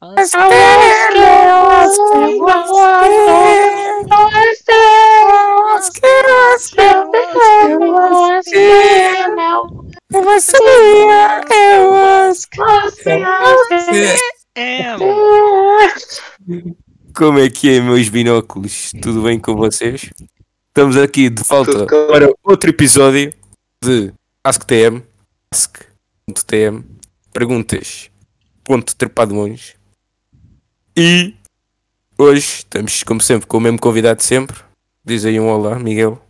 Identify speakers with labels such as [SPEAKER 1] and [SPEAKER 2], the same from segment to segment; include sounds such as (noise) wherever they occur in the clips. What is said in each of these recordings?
[SPEAKER 1] As estrelas que você as estrelas que você eu você eu as você
[SPEAKER 2] É,
[SPEAKER 3] Como é que é, meus binóculos? Tudo bem com vocês? Estamos aqui de volta
[SPEAKER 4] Tudo com-
[SPEAKER 3] para outro episódio de AskTM. Ask.tm. Perguntas. Ponto trepadões. E hoje estamos, como sempre, com o mesmo convidado de sempre. Diz aí um olá, Miguel.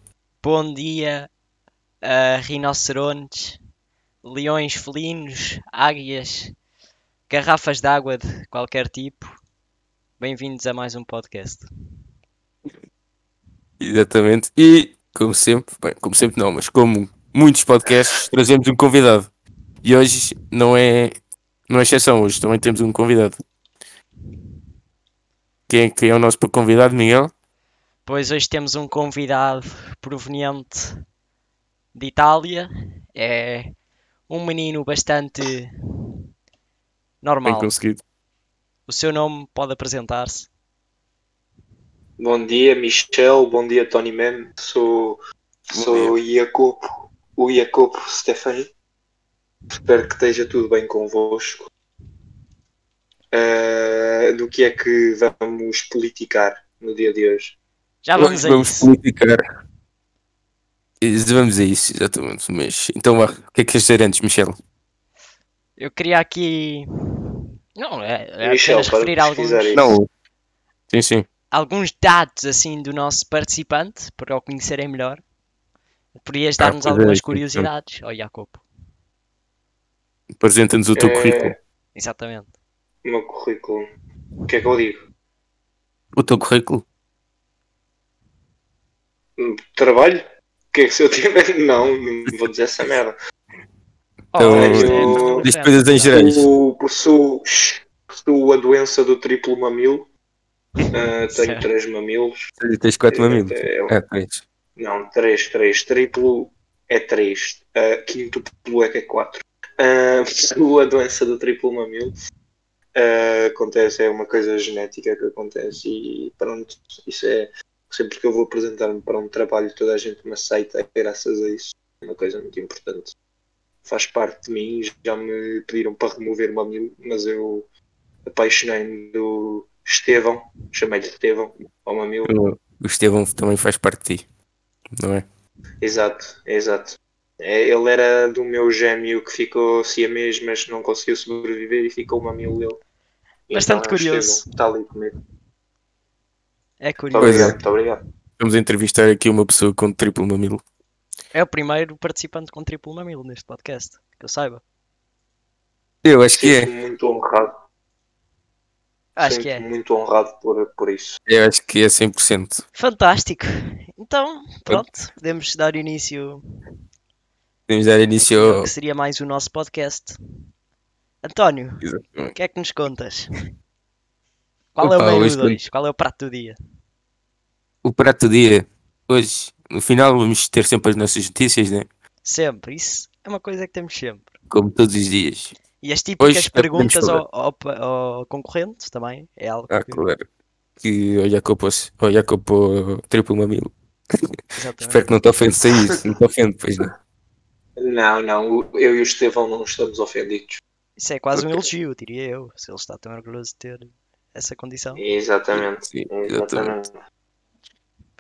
[SPEAKER 2] Bom dia, a rinocerontes, leões felinos, águias, garrafas de água de qualquer tipo. Bem-vindos a mais um podcast.
[SPEAKER 3] Exatamente. E, como sempre, bem, como sempre não, mas como muitos podcasts, trazemos um convidado. E hoje não é, não é exceção, hoje também temos um convidado. Quem é, quem é o nosso convidado, Miguel?
[SPEAKER 2] Pois hoje temos um convidado proveniente de Itália. É um menino bastante
[SPEAKER 3] Bem
[SPEAKER 2] normal.
[SPEAKER 3] conseguido.
[SPEAKER 2] O seu nome pode apresentar-se.
[SPEAKER 4] Bom dia, Michel. Bom dia, Tony Man. Sou,
[SPEAKER 3] Bom
[SPEAKER 4] sou o Jacopo, o Jacopo Stefani. Espero que esteja tudo bem convosco. Eh, do que é que vamos politicar no dia de hoje?
[SPEAKER 2] Já vamos a
[SPEAKER 3] vamos
[SPEAKER 2] isso.
[SPEAKER 3] politicar. Ex- Vamos a isso, exatamente. Mas, então, vá, o que é que queres dizer antes, Michel?
[SPEAKER 2] Eu queria aqui. Não, é, é
[SPEAKER 4] Michel,
[SPEAKER 2] apenas
[SPEAKER 4] para
[SPEAKER 2] referir alguns,
[SPEAKER 4] pesquisar isso. Não.
[SPEAKER 3] Sim, sim.
[SPEAKER 2] alguns dados assim do nosso participante para o conhecerem melhor. Podias
[SPEAKER 3] Tá,
[SPEAKER 2] dar-nos
[SPEAKER 3] pois é,
[SPEAKER 2] algumas
[SPEAKER 3] sim,
[SPEAKER 2] curiosidades, Oh, ó Jacobo.
[SPEAKER 3] Apresenta-nos
[SPEAKER 2] É,
[SPEAKER 3] o teu
[SPEAKER 4] Eh,
[SPEAKER 3] currículo.
[SPEAKER 2] Exatamente.
[SPEAKER 4] O meu currículo. O que é que eu digo?
[SPEAKER 3] O teu currículo?
[SPEAKER 4] Hum, Trabalho? O que é que se eu tiver? (laughs) Não, não vou dizer essa merda.
[SPEAKER 3] Então,
[SPEAKER 2] Oh, isto é-
[SPEAKER 4] eu-
[SPEAKER 3] Diz coisas em geral.
[SPEAKER 4] O, possuo, possuo a doença do triplo mamilo. Eh, tenho
[SPEAKER 2] Certo.
[SPEAKER 4] três mamilos.
[SPEAKER 3] Tens quatro mamilos?
[SPEAKER 4] É,
[SPEAKER 3] Ah, tens.
[SPEAKER 4] Não, 3, 3. Triplo é 3. quíntuplo é que é 4. a (laughs) doença do triplo mamilo. Ah, acontece, é uma coisa genética que acontece e pronto. Isso é. Sempre que eu vou apresentar-me para um trabalho, toda a gente me aceita, graças a isso. É uma coisa muito importante. Faz parte de mim. Já me pediram para remover mamilo, mas eu apaixonei-me do Estevão. Chamei-lhe Estevão ao mamilo.
[SPEAKER 3] O Estevão também faz parte de ti, não é?
[SPEAKER 4] Exato, exato. É, Ele era do meu gêmeo que ficou siamês, mas não conseguiu sobreviver e ficou mamilo ele.
[SPEAKER 2] Bastante
[SPEAKER 4] é o
[SPEAKER 2] curioso.
[SPEAKER 4] Estevão, Está ali comigo. Muito
[SPEAKER 2] É curioso.
[SPEAKER 3] Pois
[SPEAKER 4] obrigado,
[SPEAKER 3] é.
[SPEAKER 4] muito obrigado.
[SPEAKER 3] Vamos entrevistar aqui uma pessoa com triplo mamilo.
[SPEAKER 2] É o primeiro participante com triplo mamilo neste podcast, que eu saiba.
[SPEAKER 3] Eu acho que é.
[SPEAKER 4] Sinto-me muito honrado.
[SPEAKER 2] Acho que
[SPEAKER 4] Sinto-me
[SPEAKER 2] é.
[SPEAKER 4] muito honrado por, por isso.
[SPEAKER 3] Eu acho que é 100%.
[SPEAKER 2] Fantástico. Então, pronto, podemos dar início
[SPEAKER 3] Podemos dar início
[SPEAKER 2] ao
[SPEAKER 3] ao.
[SPEAKER 2] que seria mais o nosso podcast. António, o
[SPEAKER 3] Exatamente.
[SPEAKER 2] que é que nos contas? Qual é
[SPEAKER 3] Opa,
[SPEAKER 2] o menu
[SPEAKER 3] hoje-
[SPEAKER 2] 2? Qual é o prato do dia?
[SPEAKER 3] O prato do dia, hoje, no final, vamos ter sempre as nossas notícias, né?
[SPEAKER 2] Sempre. Isso é uma coisa que temos sempre.
[SPEAKER 3] Como todos os dias.
[SPEAKER 2] E as típicas
[SPEAKER 3] Hoje é-
[SPEAKER 2] perguntas
[SPEAKER 3] podemos
[SPEAKER 2] ao, ao pa- ao concorrente também é algo
[SPEAKER 3] Ah,
[SPEAKER 2] que-
[SPEAKER 3] claro. Que olha que eu posso. Olha que eu pô- triplo mamilo.
[SPEAKER 2] Exatamente.
[SPEAKER 3] Espero que não te ofenda sem isso. Não te ofende, pois não.
[SPEAKER 4] Não, não, o- eu e o Estevão não estamos ofendidos.
[SPEAKER 2] Isso é quase um
[SPEAKER 3] Ok.
[SPEAKER 2] elogio, diria eu, se ele está tão orgulhoso de ter essa condição.
[SPEAKER 4] Exatamente.
[SPEAKER 3] Sim, exatamente.
[SPEAKER 4] É, Exatamente.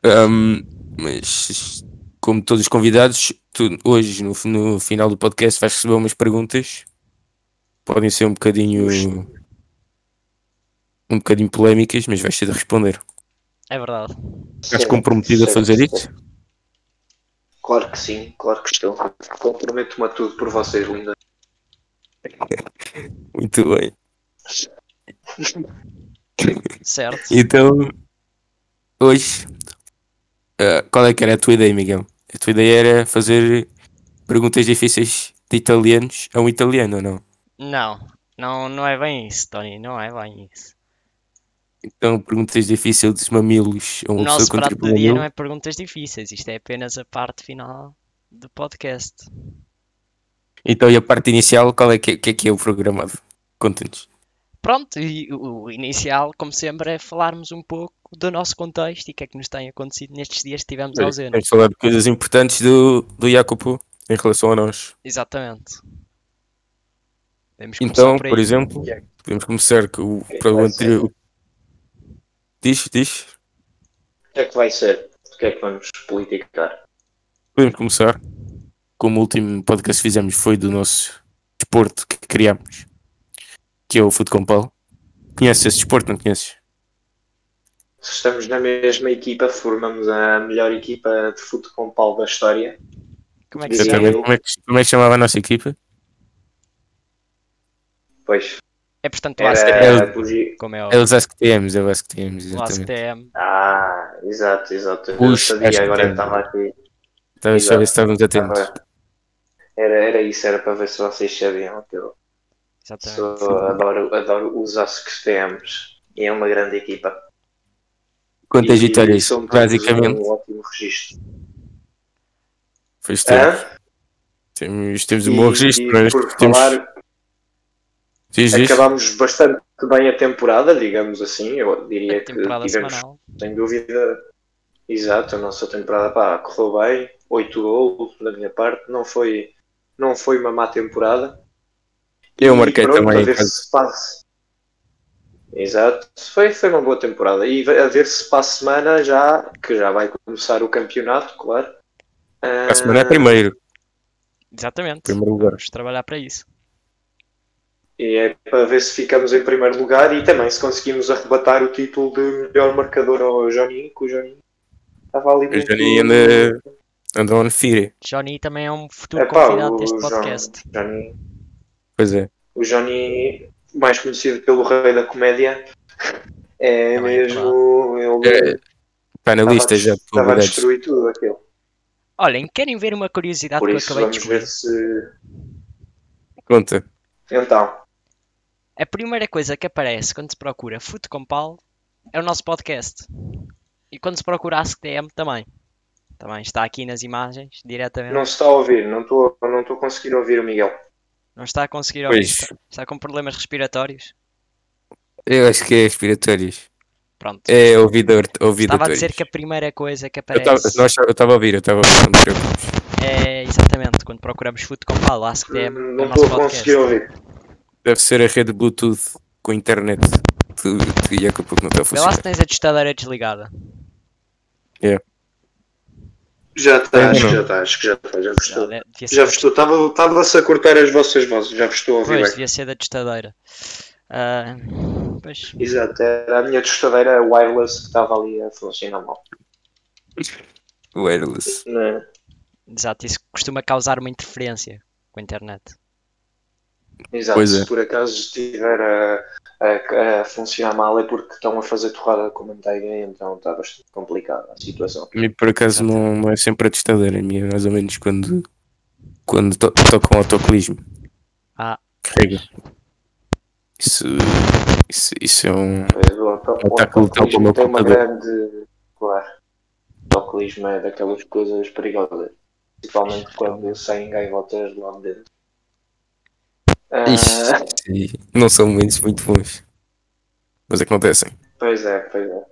[SPEAKER 3] Ahm, mas como todos os convidados, tu- hoje no, no final do podcast vais receber umas perguntas. Podem ser um bocadinho um bocadinho polémicas, mas vais ter de responder.
[SPEAKER 2] É verdade.
[SPEAKER 3] Estás comprometido a fazer isso?
[SPEAKER 4] Claro que sim, claro que estou. Comprometo-me a tudo por vocês, linda.
[SPEAKER 3] Muito bem.
[SPEAKER 2] Certo.
[SPEAKER 3] Então, hoje, ah, qual é que era a tua ideia, Miguel? A tua ideia era fazer perguntas difíceis de italianos a um italiano, ou não?
[SPEAKER 2] Não, não, não é bem isso, Tony, não é bem isso.
[SPEAKER 3] Então, perguntas difíceis de mamilos a
[SPEAKER 2] O
[SPEAKER 3] uma pessoa
[SPEAKER 2] nosso
[SPEAKER 3] com tipo um
[SPEAKER 2] prato
[SPEAKER 3] triplo
[SPEAKER 2] do dia
[SPEAKER 3] mamilo.
[SPEAKER 2] não é perguntas difíceis, isto é apenas a parte final do podcast.
[SPEAKER 3] Então, e a parte inicial, qual é que, que é, que é o programado? Conta-nos.
[SPEAKER 2] Pronto, e o o inicial, como sempre, é falarmos um pouco do nosso contexto e o que é que nos tem acontecido nestes dias que estivemos ausentes.
[SPEAKER 3] Vamos falar de coisas importantes do, do Jacopo em relação a nós.
[SPEAKER 2] Exatamente. Vamos começar
[SPEAKER 3] Então,
[SPEAKER 2] por,
[SPEAKER 3] por,
[SPEAKER 2] aí. É,
[SPEAKER 3] exemplo,
[SPEAKER 4] Jacopo.
[SPEAKER 3] podemos começar com o,
[SPEAKER 4] que
[SPEAKER 3] para o
[SPEAKER 4] vai
[SPEAKER 3] anterior. Diz, diz.
[SPEAKER 4] O que é que vai ser? O que é que vamos politicar?
[SPEAKER 3] Podemos começar. Como o último podcast que fizemos foi do nosso desporto que criámos, que é o Futcompal. Conheces esse desporto, não conheces?
[SPEAKER 4] Se estamos na mesma equipa, formamos a melhor equipa de futebol pau da história.
[SPEAKER 2] Como é que se chama?
[SPEAKER 3] Exatamente.
[SPEAKER 4] eu-
[SPEAKER 3] Como é, que, como é que chamava a nossa equipa?
[SPEAKER 4] Pois,
[SPEAKER 2] É portanto o ASTM,
[SPEAKER 3] É
[SPEAKER 4] era...
[SPEAKER 3] o-
[SPEAKER 4] podia-
[SPEAKER 2] como é
[SPEAKER 3] É
[SPEAKER 2] óbvio.
[SPEAKER 3] os AskTMs, é o AskTMs,
[SPEAKER 2] O
[SPEAKER 3] exatamente.
[SPEAKER 2] ASTM.
[SPEAKER 4] Ah, exato, exato. Eu
[SPEAKER 3] Puxa, acho
[SPEAKER 4] sabia,
[SPEAKER 3] que
[SPEAKER 4] agora
[SPEAKER 3] tem.
[SPEAKER 4] estava aqui.
[SPEAKER 3] Estava só a Então, ver se estávamos atentos.
[SPEAKER 4] Estava- Era, era isso, era para ver se vocês sabiam que eu
[SPEAKER 2] Exatamente.
[SPEAKER 4] sou, adoro, adoro os aços que temos e é uma grande equipa.
[SPEAKER 3] Quantas
[SPEAKER 4] E
[SPEAKER 3] vitórias?
[SPEAKER 4] somos
[SPEAKER 3] Basicamente,
[SPEAKER 4] Um ótimo registro.
[SPEAKER 3] pois temos.
[SPEAKER 4] Hã?
[SPEAKER 3] Temos, temos um bom registro,
[SPEAKER 4] eh, é? e,
[SPEAKER 3] mas
[SPEAKER 4] por
[SPEAKER 3] temos.
[SPEAKER 4] falar,
[SPEAKER 3] Diz, diz.
[SPEAKER 4] acabámos bastante bem a temporada, digamos assim. Eu
[SPEAKER 2] A
[SPEAKER 4] diria que
[SPEAKER 2] temporada
[SPEAKER 4] tivemos,
[SPEAKER 2] semanal.
[SPEAKER 4] sem dúvida, exato, a nossa temporada pá, correu bem. oito gols da minha parte, não foi, não foi uma má temporada.
[SPEAKER 3] Eu
[SPEAKER 4] E
[SPEAKER 3] marquei
[SPEAKER 4] pronto,
[SPEAKER 3] também.
[SPEAKER 4] A ver se passa. Exato. Foi, foi uma boa temporada. E vai- a ver se para a semana já, que já vai começar o campeonato, claro. Ah,
[SPEAKER 3] A semana é primeiro,
[SPEAKER 2] Exatamente.
[SPEAKER 3] primeiro lugar.
[SPEAKER 2] Vamos trabalhar para isso.
[SPEAKER 4] E é para ver se ficamos em primeiro lugar e também se conseguimos arrebatar o título de melhor marcador ao Joninho, que o tá Joninho estava ali
[SPEAKER 3] O
[SPEAKER 4] muito...
[SPEAKER 3] Johnny anda, anda on fire,
[SPEAKER 2] Johnny também é um futuro
[SPEAKER 4] Epá,
[SPEAKER 2] convidado
[SPEAKER 4] o
[SPEAKER 2] deste
[SPEAKER 4] Johnny-
[SPEAKER 2] podcast.
[SPEAKER 4] Johnny-
[SPEAKER 3] pois é.
[SPEAKER 4] O Johnny, mais conhecido pelo rei da comédia, é
[SPEAKER 2] Também,
[SPEAKER 4] mesmo... Ele
[SPEAKER 3] É, Panelista já de
[SPEAKER 4] estava a
[SPEAKER 3] comunidades.
[SPEAKER 4] destruir tudo aquilo.
[SPEAKER 2] Olhem, querem ver uma curiosidade
[SPEAKER 4] Por
[SPEAKER 2] que eu
[SPEAKER 4] isso
[SPEAKER 2] Ah, acabei de
[SPEAKER 4] vamos
[SPEAKER 2] descobrir?
[SPEAKER 4] ver se.
[SPEAKER 3] Conta.
[SPEAKER 4] Então,
[SPEAKER 2] A primeira coisa que aparece quando se procura Fute com Pau é o nosso podcast. E quando se procura AskTM também. Também está aqui nas imagens, diretamente. Não,
[SPEAKER 4] não se está a ouvir, não estou não estou a conseguir ouvir o Miguel.
[SPEAKER 2] está a conseguir ouvir.
[SPEAKER 3] Pois,
[SPEAKER 2] Está, está com problemas respiratórios.
[SPEAKER 3] eu acho que é respiratórios.
[SPEAKER 2] Pronto.
[SPEAKER 3] É ouvidor,
[SPEAKER 2] Estava a
[SPEAKER 3] ouvidatórios.
[SPEAKER 2] dizer que é a primeira coisa que
[SPEAKER 3] Eu tava-
[SPEAKER 2] aparece
[SPEAKER 3] nós- Eu estava a ouvir, eu estava a ouvir, não te preocupes.
[SPEAKER 2] é exatamente quando procuramos Fute com Pau, AskTM, é
[SPEAKER 4] Hum, Não
[SPEAKER 2] o nosso
[SPEAKER 4] estou a conseguir
[SPEAKER 2] podcast.
[SPEAKER 4] ouvir.
[SPEAKER 3] Deve ser a rede Bluetooth com a internet de, de Iacopo que não está a
[SPEAKER 2] Vê lá
[SPEAKER 3] funcionar.
[SPEAKER 2] se tens a testadeira desligada.
[SPEAKER 4] Já está,
[SPEAKER 3] Ainda
[SPEAKER 4] acho
[SPEAKER 3] É,
[SPEAKER 4] que
[SPEAKER 3] não.
[SPEAKER 4] já está, acho que já está, já vos
[SPEAKER 2] Já,
[SPEAKER 4] estou.
[SPEAKER 2] de- devia ser
[SPEAKER 4] Já
[SPEAKER 2] da-
[SPEAKER 4] vos estou, estava- estava-se a cortar as vossas vozes, já vos estou a ouvir
[SPEAKER 2] Pois,
[SPEAKER 4] bem.
[SPEAKER 2] devia ser da testadeira. Ah, pois,
[SPEAKER 4] Exato, era a minha tostadeira wireless que estava ali a funcionar mal.
[SPEAKER 3] Wireless.
[SPEAKER 4] Né?
[SPEAKER 2] exato, isso costuma causar uma interferência com a internet.
[SPEAKER 4] Exato,
[SPEAKER 3] Pois é.
[SPEAKER 4] se por acaso estiver a, a- a funcionar mal é porque estão a fazer torrada com manteiga, então está bastante complicada a situação.
[SPEAKER 3] A mim, por acaso, não, não é sempre a testadeira. A minha é mais ou menos quando, quando to, tocam autocolismo.
[SPEAKER 2] Ah.
[SPEAKER 3] Carrega. Isso, isso, isso é um...
[SPEAKER 4] Pois, o auto-
[SPEAKER 3] Eu taco
[SPEAKER 4] o
[SPEAKER 3] o tal para o
[SPEAKER 4] autocolismo
[SPEAKER 3] meu
[SPEAKER 4] tem uma
[SPEAKER 3] computador.
[SPEAKER 4] grande. Claro. O autocolismo é daquelas coisas perigosas. Principalmente quando saem gaivotas lá de dentro. Ah,
[SPEAKER 3] Isto, e não são momentos muito bons. Mas acontecem.
[SPEAKER 4] (laughs) pois é, pois é.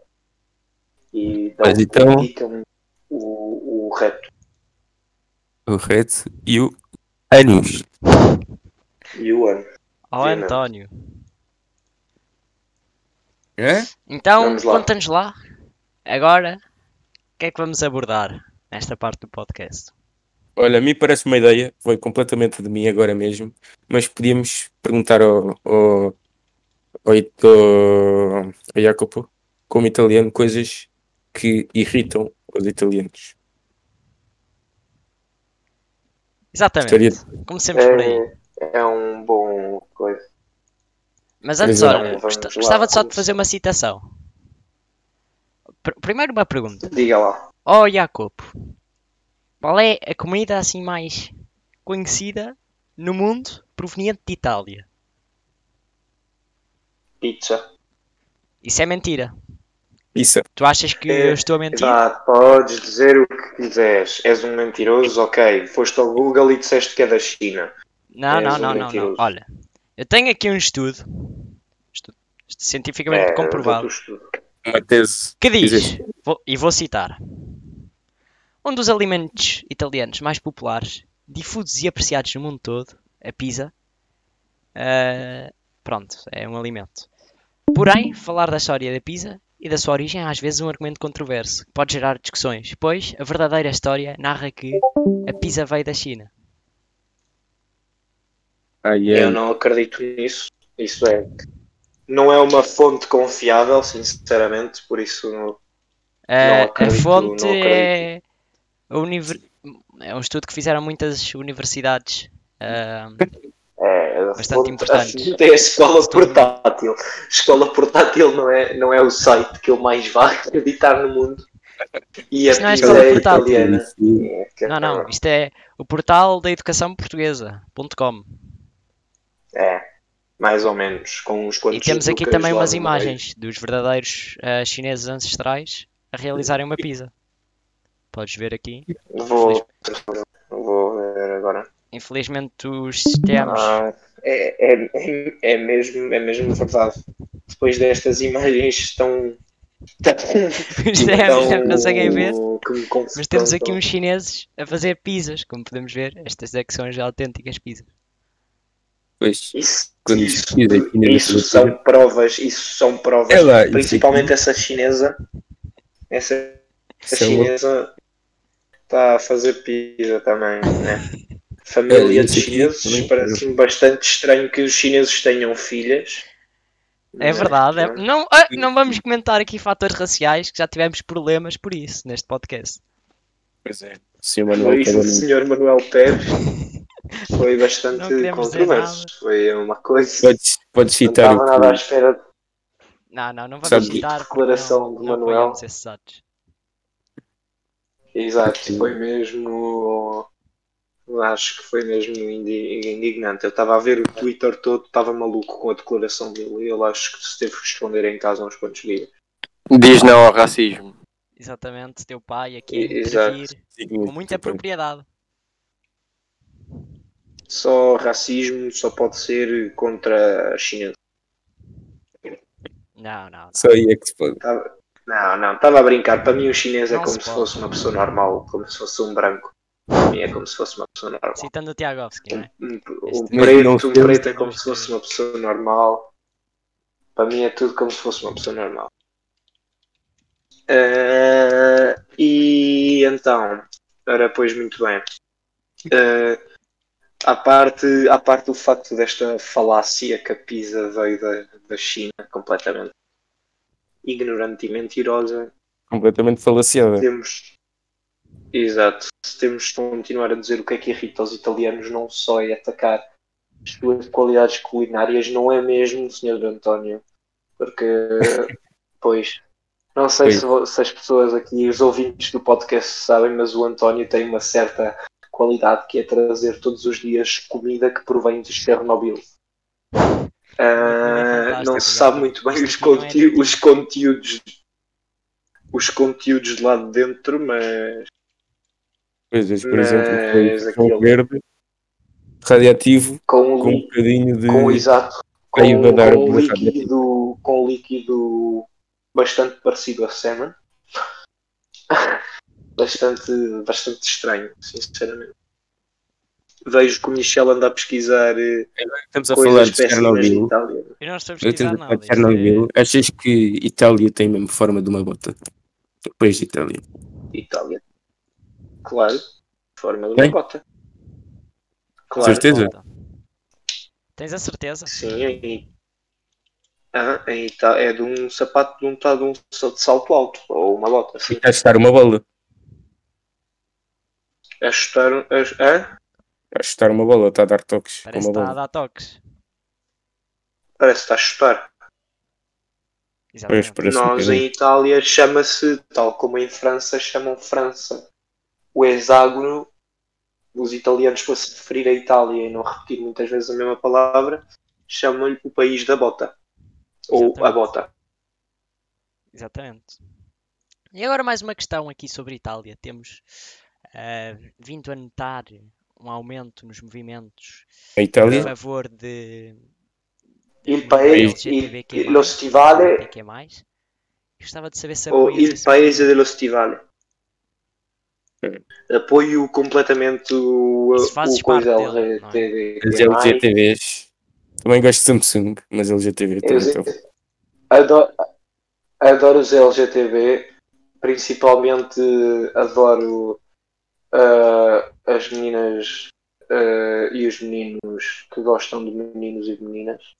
[SPEAKER 4] E
[SPEAKER 3] Mas então-
[SPEAKER 4] indicam o, o reto.
[SPEAKER 3] O red e o anus.
[SPEAKER 4] E o ano.
[SPEAKER 2] Ó
[SPEAKER 4] Sim, não.
[SPEAKER 2] António.
[SPEAKER 3] É?
[SPEAKER 2] Então,
[SPEAKER 4] Vamos lá.
[SPEAKER 2] conta-nos lá, agora, o que é que vamos abordar nesta parte do podcast?
[SPEAKER 3] Olha, a mim parece uma ideia, foi completamente de mim agora mesmo, mas podíamos perguntar ao, ao, ao, It- ao, ao Jacopo, como italiano, coisas que irritam os italianos.
[SPEAKER 2] Exatamente, comecemos por aí.
[SPEAKER 4] É, é um bom coisa.
[SPEAKER 2] Mas antes,
[SPEAKER 3] Exato.
[SPEAKER 2] olha,
[SPEAKER 4] Vamos
[SPEAKER 2] gost-
[SPEAKER 4] lá,
[SPEAKER 2] gostava só de
[SPEAKER 4] vamos-
[SPEAKER 2] fazer uma citação. Pr- primeiro uma pergunta.
[SPEAKER 4] Diga lá.
[SPEAKER 2] Ó Jacopo, qual é a comida assim mais conhecida no mundo proveniente de Itália?
[SPEAKER 4] Pizza.
[SPEAKER 2] Isso é mentira.
[SPEAKER 3] Isso,
[SPEAKER 2] Tu achas que
[SPEAKER 4] É,
[SPEAKER 2] eu estou a mentir?
[SPEAKER 4] Vá, podes dizer o que quiseres. És um mentiroso, ok. Foste ao Google e disseste que é da China.
[SPEAKER 2] Não,
[SPEAKER 4] És
[SPEAKER 2] não, não,
[SPEAKER 4] um
[SPEAKER 2] não, não.
[SPEAKER 4] mentiroso.
[SPEAKER 2] Olha, eu tenho aqui um estudo, estudo Cientificamente
[SPEAKER 4] É,
[SPEAKER 2] comprovado.
[SPEAKER 4] vou-te estudar.
[SPEAKER 3] é Uma tese.
[SPEAKER 2] Que diz,
[SPEAKER 3] Existe.
[SPEAKER 2] vou- e vou citar: Um dos alimentos italianos mais populares, difusos e apreciados no mundo todo, a pizza. eh, pronto, é um alimento. Porém, falar da história da pizza e da sua origem é às vezes um argumento controverso, que pode gerar discussões, pois a verdadeira história narra que a pizza veio da China.
[SPEAKER 3] Ah,
[SPEAKER 4] Eu
[SPEAKER 3] yeah.
[SPEAKER 4] não acredito nisso. Isso é. Não é uma fonte confiável, sinceramente, por isso não.
[SPEAKER 2] Ah, A, a
[SPEAKER 4] acredito, não
[SPEAKER 2] fonte
[SPEAKER 4] acredito.
[SPEAKER 2] é, a univer- é um estudo que fizeram muitas universidades. ah,
[SPEAKER 4] É, a
[SPEAKER 2] Bastante
[SPEAKER 4] fonte-
[SPEAKER 2] importante.
[SPEAKER 4] A fonte é a escola portátil. Escola portátil não é, não é o site que eu mais vá acreditar no mundo. E a
[SPEAKER 2] Isso não é
[SPEAKER 4] pizza
[SPEAKER 2] escola
[SPEAKER 4] é
[SPEAKER 2] portátil.
[SPEAKER 4] italiana.
[SPEAKER 3] Sim.
[SPEAKER 4] É, que é
[SPEAKER 2] Não, não, isto é o portal da educação portuguesa.com.
[SPEAKER 4] É, mais ou menos. Com uns
[SPEAKER 2] E
[SPEAKER 4] quantos
[SPEAKER 2] temos aqui
[SPEAKER 4] truques
[SPEAKER 2] também
[SPEAKER 4] lá
[SPEAKER 2] umas
[SPEAKER 4] no meio.
[SPEAKER 2] imagens dos verdadeiros ah, chineses ancestrais a realizarem uma pizza. Podes ver aqui.
[SPEAKER 4] Vou, vou ver agora.
[SPEAKER 2] Infelizmente, os sistemas.
[SPEAKER 4] Ah, é, é, é- é mesmo, é mesmo verdade. Depois destas imagens tão. tão
[SPEAKER 2] (laughs) (laughs) os
[SPEAKER 4] então
[SPEAKER 2] sistemas não conseguem ver.
[SPEAKER 4] que me
[SPEAKER 2] Mas temos aqui um
[SPEAKER 4] confrontam.
[SPEAKER 2] uns chineses a fazer pizzas, como podemos ver. Estas é que são as autênticas pizzas.
[SPEAKER 3] Pois.
[SPEAKER 4] Isso,
[SPEAKER 3] Quando
[SPEAKER 4] isso,
[SPEAKER 3] pesquisa aqui na
[SPEAKER 4] isso
[SPEAKER 3] literatura.
[SPEAKER 4] são provas, isso são provas.
[SPEAKER 3] um- É lá, isso
[SPEAKER 4] Principalmente
[SPEAKER 3] aqui.
[SPEAKER 4] essa chinesa. Essa, essa
[SPEAKER 3] Isso é uma-
[SPEAKER 4] chinesa está a fazer pizza também, né?
[SPEAKER 3] (laughs)
[SPEAKER 4] Família
[SPEAKER 3] É, isso
[SPEAKER 4] de
[SPEAKER 3] aqui
[SPEAKER 4] chineses
[SPEAKER 3] também.
[SPEAKER 4] parece-me bastante estranho que os chineses tenham filhas. Né? Então,
[SPEAKER 2] É
[SPEAKER 4] Mas,
[SPEAKER 2] verdade. é-
[SPEAKER 4] pronto.
[SPEAKER 2] Não, ah, não vamos comentar aqui fatores raciais, que já tivemos problemas por isso neste podcast.
[SPEAKER 3] Pois é. Sim,
[SPEAKER 4] Foi
[SPEAKER 3] Manuel.
[SPEAKER 4] isso
[SPEAKER 3] Cabana.
[SPEAKER 4] do senhor Manuel
[SPEAKER 2] (laughs)
[SPEAKER 4] Pérez foi
[SPEAKER 2] Não
[SPEAKER 4] bastante
[SPEAKER 2] queremos dizer
[SPEAKER 4] controverso. Foi uma coisa.
[SPEAKER 3] Podes, podes
[SPEAKER 4] Não
[SPEAKER 3] citar
[SPEAKER 4] estava nada à
[SPEAKER 3] o que...
[SPEAKER 4] espera de
[SPEAKER 2] Não, não, não vamos
[SPEAKER 3] Sabe,
[SPEAKER 2] citar. porque
[SPEAKER 4] declaração
[SPEAKER 2] não,
[SPEAKER 4] de
[SPEAKER 2] não
[SPEAKER 4] Manuel.
[SPEAKER 2] apoiamos esses atos.
[SPEAKER 4] Exato, foi mesmo. Acho que foi mesmo indi- indignante. Eu estava a ver o Twitter todo, estava maluco com a declaração dele. Ele acho que se teve que responder em casa há uns quantos dias.
[SPEAKER 5] Diz não ao racismo.
[SPEAKER 2] Exatamente, teu pai aqui
[SPEAKER 4] E-
[SPEAKER 2] a
[SPEAKER 4] exato.
[SPEAKER 2] intervir com muita propriedade.
[SPEAKER 4] Só racismo só pode ser contra a China.
[SPEAKER 2] Não, não, não.
[SPEAKER 3] Só aí é que se pode.
[SPEAKER 4] Tava- Não, não, estava a brincar. Para mim, o chinês é
[SPEAKER 2] Não
[SPEAKER 4] como
[SPEAKER 2] se
[SPEAKER 4] se
[SPEAKER 2] pode.
[SPEAKER 4] fosse uma pessoa normal, como se fosse um branco. Para mim, é como se fosse uma pessoa normal.
[SPEAKER 2] Citando o Tiagovski, não é?
[SPEAKER 4] Um, um
[SPEAKER 2] Este-
[SPEAKER 3] Mas não
[SPEAKER 4] preto, um
[SPEAKER 3] temos-
[SPEAKER 4] preto é como se fosse uma pessoa normal. Para mim é tudo como se fosse uma pessoa normal. Ah, e então, ora pois muito bem. Ah, à, parte, à parte do facto desta falácia que a Pisa veio da, da China completamente ignorante e mentirosa,
[SPEAKER 3] Completamente falaciada.
[SPEAKER 4] temos. Exato. Se temos de continuar a dizer o que é que irrita os italianos, não só é atacar as suas qualidades culinárias, não é mesmo, Sr. António? Porque, pois, não sei
[SPEAKER 3] Pois.
[SPEAKER 4] se, vo- se as pessoas aqui, os ouvintes do podcast sabem, mas o António tem uma certa qualidade que é trazer todos os dias comida que provém de Chernobyl. Ah, não se sabe muito bem os, conte- os conteúdos os conteúdos de lá de dentro, mas
[SPEAKER 3] Pois é, por
[SPEAKER 4] Mas
[SPEAKER 3] exemplo, foi
[SPEAKER 4] aquilo-
[SPEAKER 3] um verde radiativo
[SPEAKER 4] com,
[SPEAKER 3] com um
[SPEAKER 4] com,
[SPEAKER 3] bocadinho de.
[SPEAKER 4] com exato com,
[SPEAKER 3] Caiu da dar-
[SPEAKER 4] com,
[SPEAKER 3] da
[SPEAKER 4] líquido, com líquido bastante parecido a semen. (laughs) bastante, bastante estranho, sinceramente. Vejo que o Michel anda a pesquisar eh,
[SPEAKER 3] Estamos a falar
[SPEAKER 4] coisas
[SPEAKER 3] Tá de
[SPEAKER 4] péssimas de
[SPEAKER 3] Chernobyl.
[SPEAKER 4] Itália.
[SPEAKER 2] Eu não estou a
[SPEAKER 3] Eu
[SPEAKER 2] pesquisar
[SPEAKER 3] tenho
[SPEAKER 2] nada. é
[SPEAKER 3] a
[SPEAKER 2] isto
[SPEAKER 3] Chernobyl. Achas que Itália tem mesmo forma de uma bota? Depois de Itália.
[SPEAKER 4] Itália. Claro, forma de uma
[SPEAKER 3] Bem.
[SPEAKER 4] bota. Claro.
[SPEAKER 2] é-
[SPEAKER 3] Certeza?
[SPEAKER 2] Tens a certeza?
[SPEAKER 4] Sim, em, ah, em Ita- é de um sapato de um, tá- de um sa- de salto alto, ou uma bota, assim.
[SPEAKER 3] A chutar uma bola.
[SPEAKER 4] A chutar um. A, hã?
[SPEAKER 3] A chutar uma bola, está a dar toques. com
[SPEAKER 2] Parece que
[SPEAKER 3] uma
[SPEAKER 2] está a
[SPEAKER 3] bola.
[SPEAKER 2] dar toques.
[SPEAKER 4] Parece que está a chutar.
[SPEAKER 3] Pois,
[SPEAKER 2] Exatamente.
[SPEAKER 3] parece um
[SPEAKER 4] Nós
[SPEAKER 3] bocadinho.
[SPEAKER 4] em Itália chama-se, tal como em França, chamam França. O hexágono, os italianos, para se referir à Itália e não repetir muitas vezes a mesma palavra, chamam-lhe o país da bota. Ou a
[SPEAKER 2] Exatamente.
[SPEAKER 4] bota.
[SPEAKER 2] Exatamente. E agora mais uma questão aqui sobre Itália. Temos ah, vindo a notar um aumento nos movimentos
[SPEAKER 3] A
[SPEAKER 2] a
[SPEAKER 3] Itália?
[SPEAKER 2] favor de
[SPEAKER 4] Il paese, il,
[SPEAKER 2] LGTBQ+,
[SPEAKER 4] lo stivale
[SPEAKER 2] LGBTQ+. Gostava de saber se
[SPEAKER 4] ou
[SPEAKER 2] apoias
[SPEAKER 4] Il
[SPEAKER 2] esse-
[SPEAKER 4] Paese dello Stivale.
[SPEAKER 3] Hum.
[SPEAKER 4] Apoio completamente o,
[SPEAKER 2] Isso fazes
[SPEAKER 4] o coisa
[SPEAKER 2] parte dele, não é?
[SPEAKER 4] LGTB.
[SPEAKER 3] As LGTBs. Também gosto de Samsung, mas LGTB também estão.
[SPEAKER 4] Adoro, adoro os LGTB, principalmente adoro ah, as meninas ah, e os meninos que gostam de meninos e meninas.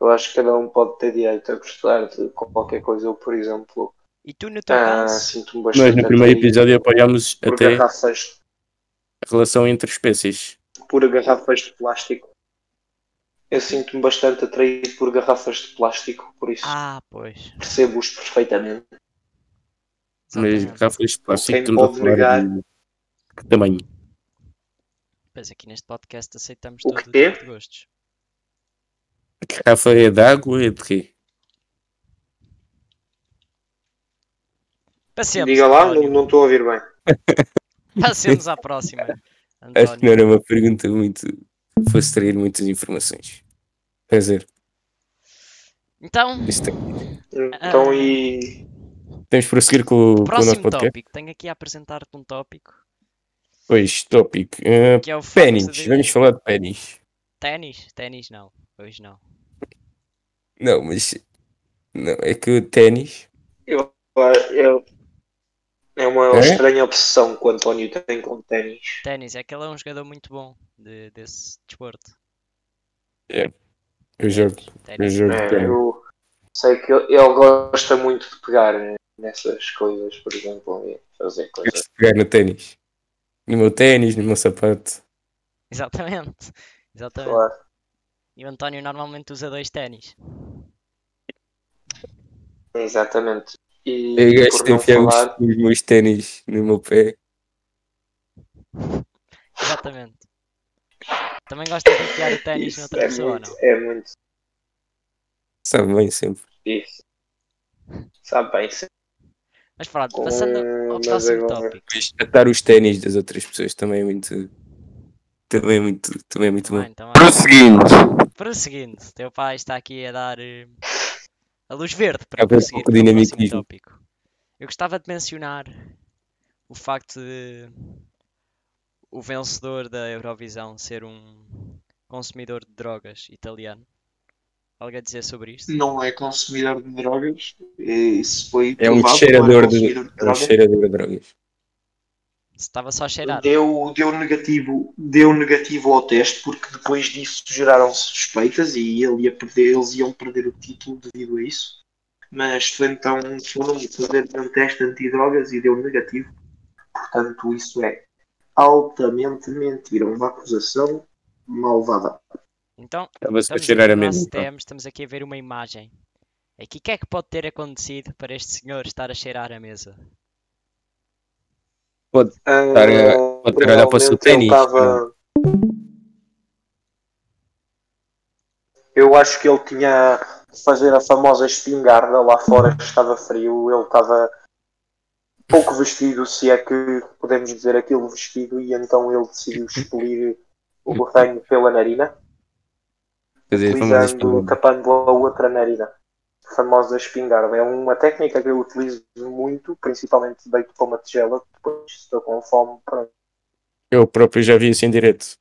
[SPEAKER 4] Eu acho que cada um pode ter direito a gostar de qualquer coisa. Eu, por exemplo,
[SPEAKER 2] E tu, no teu
[SPEAKER 4] ah,
[SPEAKER 2] caso,
[SPEAKER 4] sinto-me
[SPEAKER 3] Nós
[SPEAKER 4] bastante.
[SPEAKER 3] no primeiro
[SPEAKER 4] atraído
[SPEAKER 3] episódio apoiámos
[SPEAKER 4] por
[SPEAKER 3] até a
[SPEAKER 4] garrafas
[SPEAKER 3] relação entre espécies.
[SPEAKER 4] por garrafas de plástico. Eu sinto-me bastante atraído por garrafas de plástico, por isso
[SPEAKER 2] ah, pois.
[SPEAKER 4] percebo-os perfeitamente.
[SPEAKER 3] Mas
[SPEAKER 2] Exatamente.
[SPEAKER 3] garrafas de plástico
[SPEAKER 4] Quem
[SPEAKER 3] estamos a
[SPEAKER 4] pode
[SPEAKER 3] falar
[SPEAKER 4] negar?
[SPEAKER 3] de que tamanho?
[SPEAKER 2] Pois aqui neste podcast aceitamos
[SPEAKER 4] O
[SPEAKER 2] todo o
[SPEAKER 4] quê?
[SPEAKER 2] tipo de gostos.
[SPEAKER 3] Garrafa é de água, é de quê?
[SPEAKER 2] Passemos,
[SPEAKER 4] Diga lá, não
[SPEAKER 2] António.
[SPEAKER 4] não estou a ouvir bem.
[SPEAKER 2] (laughs) Passemos à próxima.
[SPEAKER 3] (laughs) Acho que
[SPEAKER 2] António,
[SPEAKER 3] não era uma pergunta muito. Fosse trair muitas informações. Quer dizer,
[SPEAKER 2] então,
[SPEAKER 3] isto tem-
[SPEAKER 4] Então,
[SPEAKER 2] Ah.
[SPEAKER 4] e.
[SPEAKER 3] temos de prosseguir com, o- com o nosso
[SPEAKER 2] próximo então.
[SPEAKER 3] podcast.
[SPEAKER 2] tópico. Tenho aqui a apresentar-te um tópico
[SPEAKER 3] Pois, tópico. Uh,
[SPEAKER 2] que é o facto
[SPEAKER 3] pênis.
[SPEAKER 2] de-
[SPEAKER 3] Vamos falar de pênis.
[SPEAKER 2] Ténis? Ténis não. Hoje não.
[SPEAKER 3] Não, mas. Não, é que o ténis.
[SPEAKER 4] Eu, eu- é uma
[SPEAKER 3] É?
[SPEAKER 4] estranha obsessão que o António tem com ténis.
[SPEAKER 2] Ténis, é que ele é um jogador muito bom de- desse desporto.
[SPEAKER 3] Eu jogo. Eu
[SPEAKER 2] Ténis. (laughs)
[SPEAKER 3] jogo de
[SPEAKER 4] É,
[SPEAKER 3] ténis.
[SPEAKER 4] eu sei que ele, ele gosta muito de pegar nessas coisas, por exemplo, e fazer
[SPEAKER 3] Eu gosto
[SPEAKER 4] coisas.
[SPEAKER 3] de pegar no ténis. No meu ténis, no meu sapato.
[SPEAKER 2] Exatamente. Exatamente.
[SPEAKER 4] Claro.
[SPEAKER 2] E o António normalmente usa dois ténis.
[SPEAKER 4] Exatamente. E
[SPEAKER 3] Eu gosto
[SPEAKER 4] É, por
[SPEAKER 3] de
[SPEAKER 4] não
[SPEAKER 3] enfiar é os,
[SPEAKER 4] falar,
[SPEAKER 3] os meus ténis no meu pé.
[SPEAKER 2] Exatamente. Também gosta de enfiar o ténis
[SPEAKER 4] isso
[SPEAKER 2] noutra
[SPEAKER 4] é
[SPEAKER 2] pessoa, ou não?
[SPEAKER 4] muito, é muito
[SPEAKER 3] Sabe bem sempre.
[SPEAKER 4] Isso. Sabe bem, sim.
[SPEAKER 2] Mas pronto, passando ao
[SPEAKER 4] Mas
[SPEAKER 2] próximo
[SPEAKER 4] agora-
[SPEAKER 2] tópico.
[SPEAKER 3] Mas atar os ténis das outras pessoas também é muito. Também é muito, também é muito bom.
[SPEAKER 2] Também, também.
[SPEAKER 5] Prosseguindo.
[SPEAKER 2] Prosseguindo, teu pai está aqui a dar eh, a luz verde
[SPEAKER 3] Ah,
[SPEAKER 2] para
[SPEAKER 3] pois, pouco
[SPEAKER 2] prosseguir para o
[SPEAKER 3] dinamismo.
[SPEAKER 2] próximo tópico. Eu gostava de mencionar o facto de o vencedor da Eurovisão ser um consumidor de drogas italiano. Alguém a dizer sobre isto?
[SPEAKER 4] Não é consumidor de drogas. Isso foi
[SPEAKER 3] É um
[SPEAKER 4] provado,
[SPEAKER 3] cheirador
[SPEAKER 4] não é
[SPEAKER 3] de-
[SPEAKER 4] consumidor
[SPEAKER 3] É
[SPEAKER 4] de
[SPEAKER 3] um
[SPEAKER 4] drogas.
[SPEAKER 3] cheirador de drogas.
[SPEAKER 2] Estava só a cheirar.
[SPEAKER 4] Deu, deu, negativo, deu negativo ao teste porque depois disso geraram suspeitas e ele ia perder, eles iam perder o título devido a isso. Mas foi então foram fazer um teste antidrogas e deu negativo. Portanto, isso é altamente mentira. Uma acusação malvada.
[SPEAKER 2] Então,
[SPEAKER 3] Estava-se a
[SPEAKER 2] estamos
[SPEAKER 3] cheirar
[SPEAKER 2] aqui
[SPEAKER 3] a
[SPEAKER 2] no nosso
[SPEAKER 3] mesmo.
[SPEAKER 2] TM, estamos aqui a ver uma imagem. Aqui, o que é que pode ter acontecido para este senhor estar a cheirar a mesa?
[SPEAKER 3] Estar a-
[SPEAKER 4] Ah,
[SPEAKER 3] pode trabalhar para o seu
[SPEAKER 4] provavelmente ele
[SPEAKER 3] ténis, é?
[SPEAKER 4] tava- Eu acho que ele tinha de fazer a famosa espingarda lá fora, estava frio, ele estava pouco vestido, se é que podemos dizer aquilo vestido, e então ele decidiu expelir o ranho pela narina,
[SPEAKER 3] Fazer famosas
[SPEAKER 4] utilizando, tapando a outra narina. A Famosa espingarda. É uma técnica que eu utilizo muito, principalmente deito para uma tigela, depois se estou com fome, pronto.
[SPEAKER 3] Eu próprio já vi isso em direto.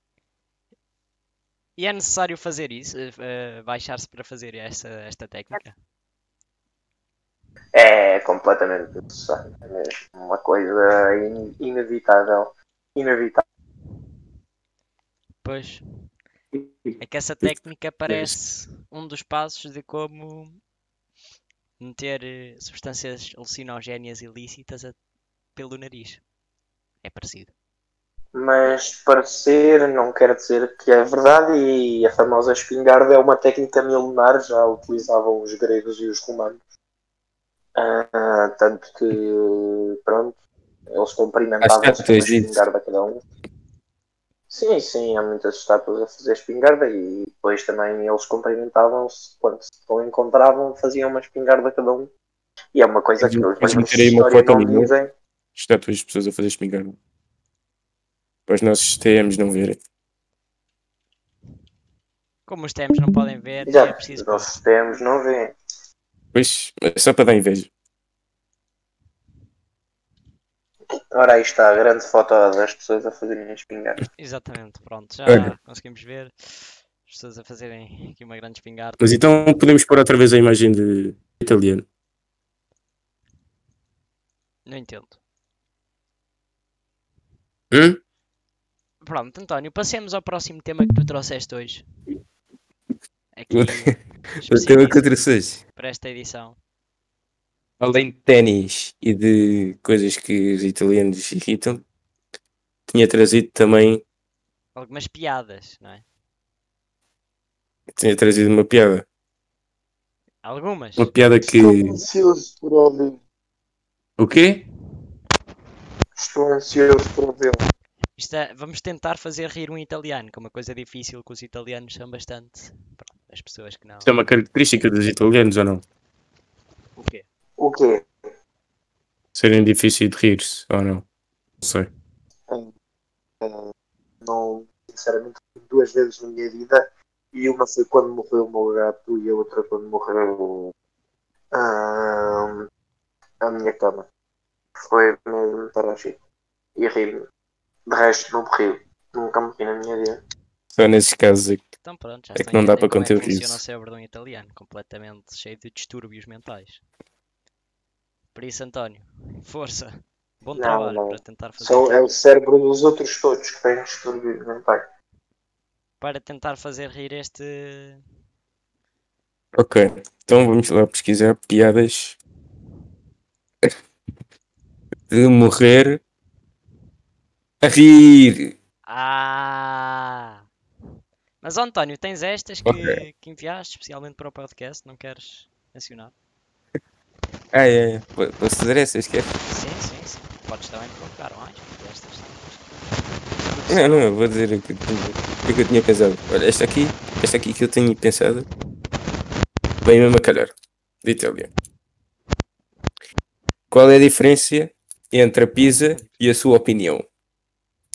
[SPEAKER 2] E é necessário fazer isso? eh, eh, Baixar-se para fazer esta, esta técnica?
[SPEAKER 4] É completamente necessário. É mesmo uma coisa in- inevitável. Inevitável.
[SPEAKER 2] Pois. É que essa técnica parece um dos passos de como meter eh, substâncias alucinogénias ilícitas a- pelo nariz. É parecido.
[SPEAKER 4] Mas parecer não quer dizer que é verdade e a famosa espingarda é uma técnica milenar, já a utilizavam os gregos e os romanos. Ah, ah, tanto que, pronto, eles
[SPEAKER 3] Há
[SPEAKER 4] cumprimentavam-se com a
[SPEAKER 3] estátuas disso.
[SPEAKER 4] espingarda cada um. Sim, sim, há muitas estátuas a fazer espingarda e depois também eles cumprimentavam-se quando se encontravam, faziam uma espingarda cada um. E é uma coisa que os
[SPEAKER 3] Vamos
[SPEAKER 4] livros de
[SPEAKER 3] meter aí uma
[SPEAKER 4] história
[SPEAKER 3] foto
[SPEAKER 4] não
[SPEAKER 3] minha.
[SPEAKER 4] dizem.
[SPEAKER 3] Estátuas de pessoas a fazer espingarda. Para os nossos TMs não verem.
[SPEAKER 2] Como os temas não podem ver, é
[SPEAKER 4] Já,
[SPEAKER 2] preciso.
[SPEAKER 4] os nossos demos não vêm.
[SPEAKER 3] Pois, mas só para dar inveja.
[SPEAKER 4] Ora, aí está a grande foto das pessoas a fazerem espingarda.
[SPEAKER 2] Exatamente, pronto, já
[SPEAKER 3] Olha.
[SPEAKER 2] conseguimos ver. As pessoas a fazerem aqui uma grande espingarda.
[SPEAKER 3] Mas então podemos pôr outra vez a imagem de italiano.
[SPEAKER 2] Não entendo.
[SPEAKER 3] Hum?
[SPEAKER 2] Pronto, António, passemos ao próximo tema que tu trouxeste hoje. Aqui,
[SPEAKER 3] (laughs) O Eu tenho
[SPEAKER 2] específico
[SPEAKER 3] uma contrações.
[SPEAKER 2] para esta edição.
[SPEAKER 3] Além de ténis e de coisas que os italianos irritam, tinha trazido também
[SPEAKER 2] Algumas piadas, não é?
[SPEAKER 3] tinha trazido uma piada.
[SPEAKER 2] Algumas.
[SPEAKER 3] Uma piada que.
[SPEAKER 4] ansioso por ouvir.
[SPEAKER 3] O quê?
[SPEAKER 4] Estou ansioso por ouvir.
[SPEAKER 2] Isto é- vamos tentar fazer rir um italiano, que é uma coisa difícil que os italianos são bastante. Pronto, as pessoas que não.
[SPEAKER 3] Isto é uma característica dos italianos ou não?
[SPEAKER 2] O quê?
[SPEAKER 4] O quê?
[SPEAKER 3] Serem difíceis de rir-se ou não? Não sei.
[SPEAKER 4] Eh, Não, sinceramente, duas vezes na minha vida. E uma foi quando morreu o meu gato e a outra quando morreu ah, a minha cama. Foi mesmo para a E ri-me. De resto, não morri. Nunca morri na minha vida.
[SPEAKER 3] Só nesses casos é que.
[SPEAKER 2] Então pronto, já
[SPEAKER 3] É que
[SPEAKER 2] estão a
[SPEAKER 3] não dá
[SPEAKER 2] entender
[SPEAKER 3] para
[SPEAKER 2] como
[SPEAKER 3] conter o
[SPEAKER 2] é que funciona o
[SPEAKER 3] riso.
[SPEAKER 2] cérebro de um italiano, completamente cheio de distúrbios mentais. Por isso, António, força. Bom
[SPEAKER 4] Não,
[SPEAKER 2] trabalho
[SPEAKER 4] não.
[SPEAKER 2] para tentar fazer
[SPEAKER 4] São, é o cérebro dos outros todos que têm distúrbio mental.
[SPEAKER 2] para tentar fazer rir este
[SPEAKER 3] Ok, então vamos lá pesquisar piadas de morrer a rir.
[SPEAKER 2] Ah! Mas ó, António, tens estas que,
[SPEAKER 3] Ok.
[SPEAKER 2] que enviaste especialmente para o podcast, não queres mencionar?
[SPEAKER 3] Ah, é, é. Po- Posso fazer essas? Quer?
[SPEAKER 2] Sim, sim, sim. Podes também colocar mais, porque estas são.
[SPEAKER 3] Não, não, eu vou dizer o que, eu tinha- o que eu tinha pensado. Olha, esta aqui, esta aqui que eu tinha pensado, bem mesmo a calhar, de Itália. Qual é a diferença entre a Pisa e a sua opinião?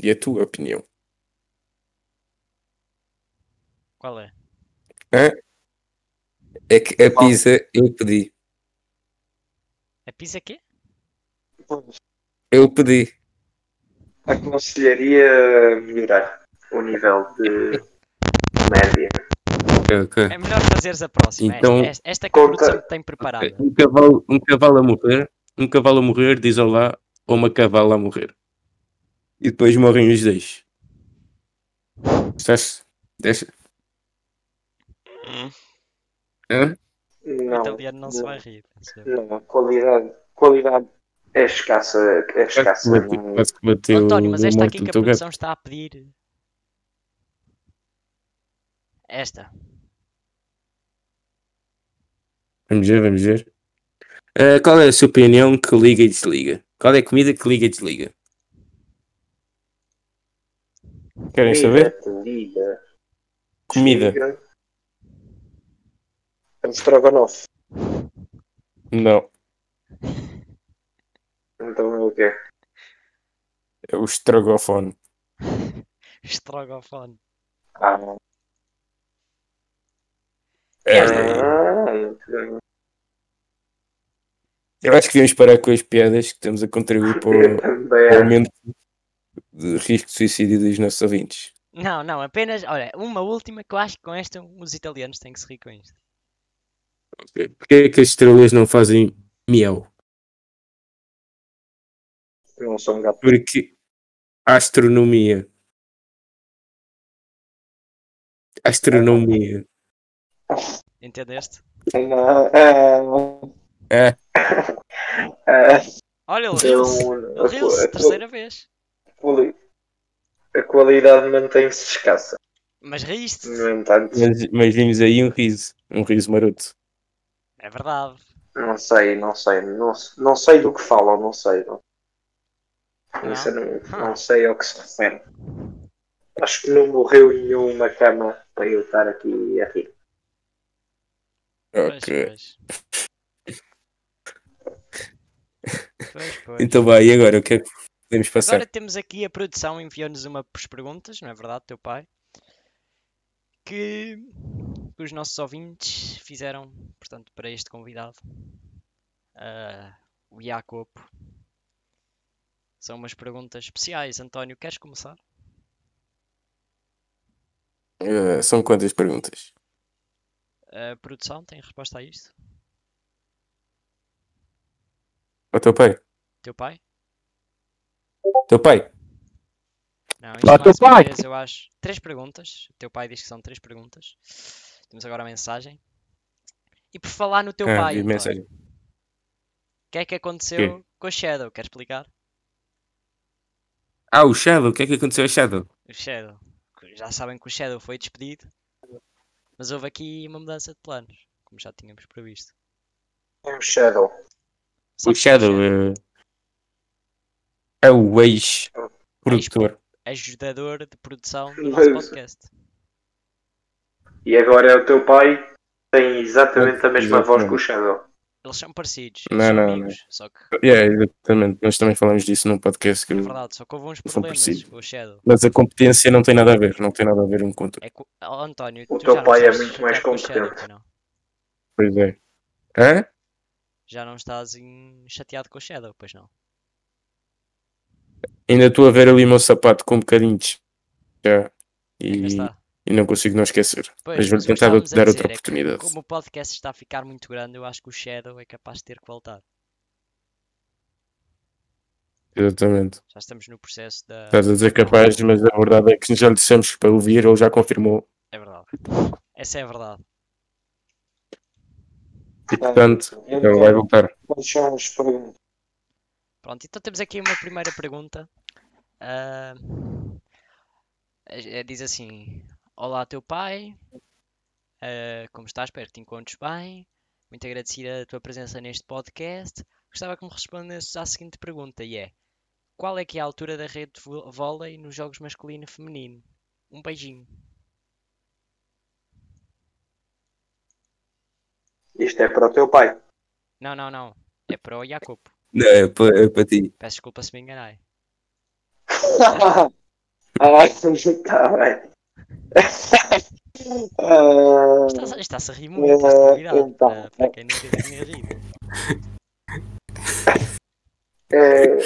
[SPEAKER 3] E a tua opinião?
[SPEAKER 2] Qual é?
[SPEAKER 3] É que a Pisa eu pedi.
[SPEAKER 2] A pizza quê?
[SPEAKER 3] Eu pedi.
[SPEAKER 4] Aconselharia melhorar o nível de média.
[SPEAKER 2] É melhor fazeres a próxima.
[SPEAKER 3] Então-
[SPEAKER 2] Esta, esta- esta que a
[SPEAKER 4] Conta-
[SPEAKER 2] produção te tem preparada.
[SPEAKER 3] Um cavalo, um cavalo a morrer, um cavalo a morrer diz olá, ou uma cavala a morrer. E depois morrem os dois. Estás? Deixa.
[SPEAKER 2] Hum.
[SPEAKER 3] Hã?
[SPEAKER 2] O
[SPEAKER 4] Não,
[SPEAKER 2] italiano não se vai rir. penso eu.
[SPEAKER 4] não, qualidade, qualidade é escassa. É
[SPEAKER 3] Quase que
[SPEAKER 4] escassa.
[SPEAKER 3] bateu- quase que bateu
[SPEAKER 2] António, mas
[SPEAKER 3] no
[SPEAKER 2] esta
[SPEAKER 3] morto
[SPEAKER 2] aqui que é
[SPEAKER 3] do
[SPEAKER 2] a
[SPEAKER 3] teu gato.
[SPEAKER 2] produção está a pedir. Esta.
[SPEAKER 3] Vamos ver, vamos ver. Ah, qual é a sua opinião que liga e desliga? Qual é a comida que liga e desliga? Querem saber?
[SPEAKER 4] Comida.
[SPEAKER 3] Comida.
[SPEAKER 4] Um estrogonofe.
[SPEAKER 3] Não.
[SPEAKER 4] Então é o quê?
[SPEAKER 3] É o estrogofone.
[SPEAKER 2] Estrogofone.
[SPEAKER 4] Ah,
[SPEAKER 3] É.
[SPEAKER 4] ah, muito bem.
[SPEAKER 3] Eu acho que devemos parar com as piadas que estamos a contribuir para o-
[SPEAKER 4] Eu
[SPEAKER 3] para o
[SPEAKER 4] também.
[SPEAKER 3] aumento um de risco de suicídio dos nossos ouvintes.
[SPEAKER 2] Não, não, apenas. Olha, uma última que eu acho que com esta os italianos têm que se rir com isto.
[SPEAKER 3] Porquê é que as estrelas não fazem miau?
[SPEAKER 4] Não sou um gato.
[SPEAKER 3] Porque astronomia. Astronomia.
[SPEAKER 2] Entendeste?
[SPEAKER 4] Não, ah, (laughs)
[SPEAKER 3] É.
[SPEAKER 4] ah,
[SPEAKER 2] Olha, ele
[SPEAKER 4] eu-
[SPEAKER 2] riu-se. Ele riu-se,
[SPEAKER 4] é eu-
[SPEAKER 2] terceira vez.
[SPEAKER 4] Quali- A qualidade mantém-se escassa.
[SPEAKER 2] Mas riste.
[SPEAKER 4] No entanto,
[SPEAKER 3] Mas, mas vimos aí um riso. Um riso maroto.
[SPEAKER 2] É verdade.
[SPEAKER 4] não sei, não sei. Não, não sei do que falam, não sei. Não, Sinceramente, não sei ao que se refere. Acho que não morreu nenhuma cama para eu estar aqui a rir.
[SPEAKER 2] Pois,
[SPEAKER 3] Ok.
[SPEAKER 2] pois. Pois, pois.
[SPEAKER 3] Então vai, e agora? O que é que podemos passar?
[SPEAKER 2] Agora temos aqui a produção enviou-nos uma- umas perguntas, não é verdade, teu pai? que que os nossos ouvintes fizeram, portanto, para este convidado, ah, o Jacopo. São umas perguntas especiais. António, queres começar?
[SPEAKER 3] Eh, são quantas perguntas?
[SPEAKER 2] A produção tem resposta a isto?
[SPEAKER 3] O teu pai?
[SPEAKER 2] Teu pai?
[SPEAKER 3] Teu pai?
[SPEAKER 2] Não, isto é
[SPEAKER 6] Lá,
[SPEAKER 2] mais
[SPEAKER 6] teu
[SPEAKER 2] uma
[SPEAKER 6] pai!
[SPEAKER 2] vez, eu acho. Três perguntas. O teu pai diz que são três perguntas. Temos agora a mensagem. E por falar no teu
[SPEAKER 3] Ah,
[SPEAKER 2] pai,
[SPEAKER 3] vi
[SPEAKER 2] António,
[SPEAKER 3] mensagem.
[SPEAKER 2] o que é que aconteceu com a Shadow? Quer explicar?
[SPEAKER 3] Ah, o Shadow, o que é que aconteceu ao Shadow?
[SPEAKER 2] O Shadow. que Já sabem que o Shadow foi despedido. Mas houve aqui uma mudança de planos, como já tínhamos previsto.
[SPEAKER 4] É um Shadow.
[SPEAKER 3] O
[SPEAKER 2] Sabes que
[SPEAKER 3] Shadow eh, é o ex-produtor.
[SPEAKER 2] é Ajudador de produção do
[SPEAKER 4] (laughs) Mas-
[SPEAKER 2] nosso podcast.
[SPEAKER 4] E agora é o teu pai, tem exatamente a mesma voz que o Shadow.
[SPEAKER 2] Eles são parecidos,
[SPEAKER 3] Não,
[SPEAKER 2] são
[SPEAKER 3] não, não.
[SPEAKER 2] amigos, só que
[SPEAKER 3] Yeah, exatamente. Nós também falamos disso num podcast. que-
[SPEAKER 2] é verdade, só que houve uns
[SPEAKER 3] Eles são
[SPEAKER 2] problemas
[SPEAKER 3] parecidos.
[SPEAKER 2] com o Shadow.
[SPEAKER 3] Mas a competência não tem nada a ver, não tem nada a ver um com o outro.
[SPEAKER 2] É que o- oh, António,
[SPEAKER 4] O
[SPEAKER 2] tu
[SPEAKER 4] teu
[SPEAKER 2] já não
[SPEAKER 4] pai é
[SPEAKER 2] estás
[SPEAKER 4] muito mais
[SPEAKER 2] chateado com o Shadow,
[SPEAKER 4] competente.
[SPEAKER 2] pois não?
[SPEAKER 3] Pois é. Hã?
[SPEAKER 2] Já não estás em- chateado com o Shadow, pois não?
[SPEAKER 3] Ainda estou a ver ali o meu sapato com um bocadinho de já.
[SPEAKER 2] Cá
[SPEAKER 3] E,
[SPEAKER 2] está.
[SPEAKER 3] e não consigo não esquecer.
[SPEAKER 2] Pois,
[SPEAKER 3] Mas vou
[SPEAKER 2] mas o que
[SPEAKER 3] tentar
[SPEAKER 2] estávamos a
[SPEAKER 3] dar
[SPEAKER 2] dizer
[SPEAKER 3] outra
[SPEAKER 2] é que
[SPEAKER 3] oportunidade.
[SPEAKER 2] Como o podcast está a ficar muito grande, eu acho que o Shadow é capaz de ter que voltar.
[SPEAKER 3] Exatamente.
[SPEAKER 2] Já estamos no processo da.
[SPEAKER 3] Estás a dizer capaz, mas a verdade é que já lhe dissemos para ouvir, ele já confirmou.
[SPEAKER 2] É verdade. Essa é a verdade.
[SPEAKER 3] E portanto, ele vai voltar.
[SPEAKER 4] Quais são as perguntas?
[SPEAKER 2] Pronto, então temos aqui uma primeira pergunta. Ah, eh, diz assim: Olá, teu pai. Ah, como estás? Espero que te encontres bem. Muito agradecida a tua presença neste podcast. Gostava que me respondesses à seguinte pergunta: e é qual é que é a altura da rede de vo- vôlei nos jogos masculino e feminino? Um beijinho.
[SPEAKER 4] Isto é para o teu (laughs) pai.
[SPEAKER 2] Não, não, não. É para o Jacopo.
[SPEAKER 3] Não, é para, ti.
[SPEAKER 2] Peço desculpa se me enganei.
[SPEAKER 4] Ai, está bem. Ah,
[SPEAKER 2] Está- Está-se a rir muito, está-se a virar.
[SPEAKER 4] então,
[SPEAKER 2] ah, para quem nunca tinha rido.
[SPEAKER 4] é-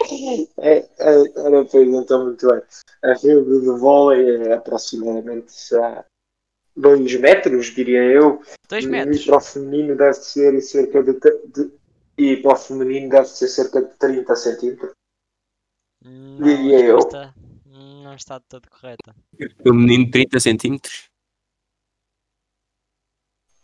[SPEAKER 4] É, é, era pois então muito bem. Assim, A febre do vôlei é aproximadamente será 2 metros, diria eu.
[SPEAKER 2] 2
[SPEAKER 4] E
[SPEAKER 2] metros.
[SPEAKER 4] Para o feminino deve ser cerca de, te- de- E para o feminino deve ser cerca de 30 centímetros.
[SPEAKER 2] Não, a
[SPEAKER 4] Diria eu.
[SPEAKER 2] resposta não está de todo correta.
[SPEAKER 3] O menino 30 centímetros.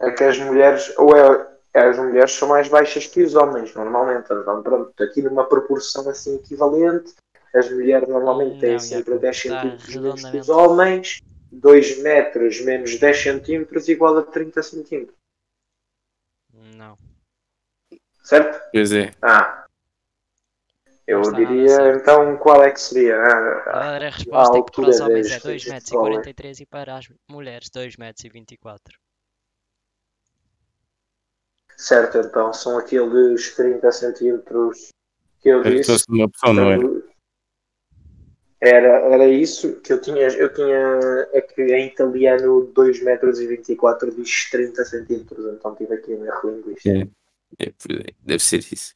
[SPEAKER 4] É que as mulheres, ou é, é as mulheres são mais baixas que os homens, normalmente. Então, pronto, aqui numa proporção assim equivalente, as mulheres normalmente têm
[SPEAKER 2] Não, é
[SPEAKER 4] sempre
[SPEAKER 2] Iacob,
[SPEAKER 4] 10
[SPEAKER 2] está
[SPEAKER 4] centímetros menos que os
[SPEAKER 2] redondamente.
[SPEAKER 4] homens. 2 metros menos 10 centímetros igual a 30 centímetros,
[SPEAKER 2] Não.
[SPEAKER 4] certo?
[SPEAKER 3] Pois é.
[SPEAKER 4] Ah. Eu
[SPEAKER 2] Não está nada
[SPEAKER 4] diria
[SPEAKER 2] certo.
[SPEAKER 4] então qual é que seria? Ah,
[SPEAKER 2] A verdadeira resposta é que para
[SPEAKER 4] altura
[SPEAKER 2] os homens é
[SPEAKER 4] das
[SPEAKER 2] 2
[SPEAKER 4] redes
[SPEAKER 2] metros e
[SPEAKER 4] de vôlei.
[SPEAKER 2] 43 e para as mulheres 2 metros e 24. É.
[SPEAKER 4] certo, então são aqueles 30 centímetros que eu
[SPEAKER 3] Eu
[SPEAKER 4] disse.
[SPEAKER 3] trouxe uma opção, não é? era?
[SPEAKER 4] Era, era isso que eu tinha. Eu tinha. É que em italiano 2 metros e 24 diz 30 centímetros, então tive aqui um erro linguístico.
[SPEAKER 3] É, pois é. Deve ser isso.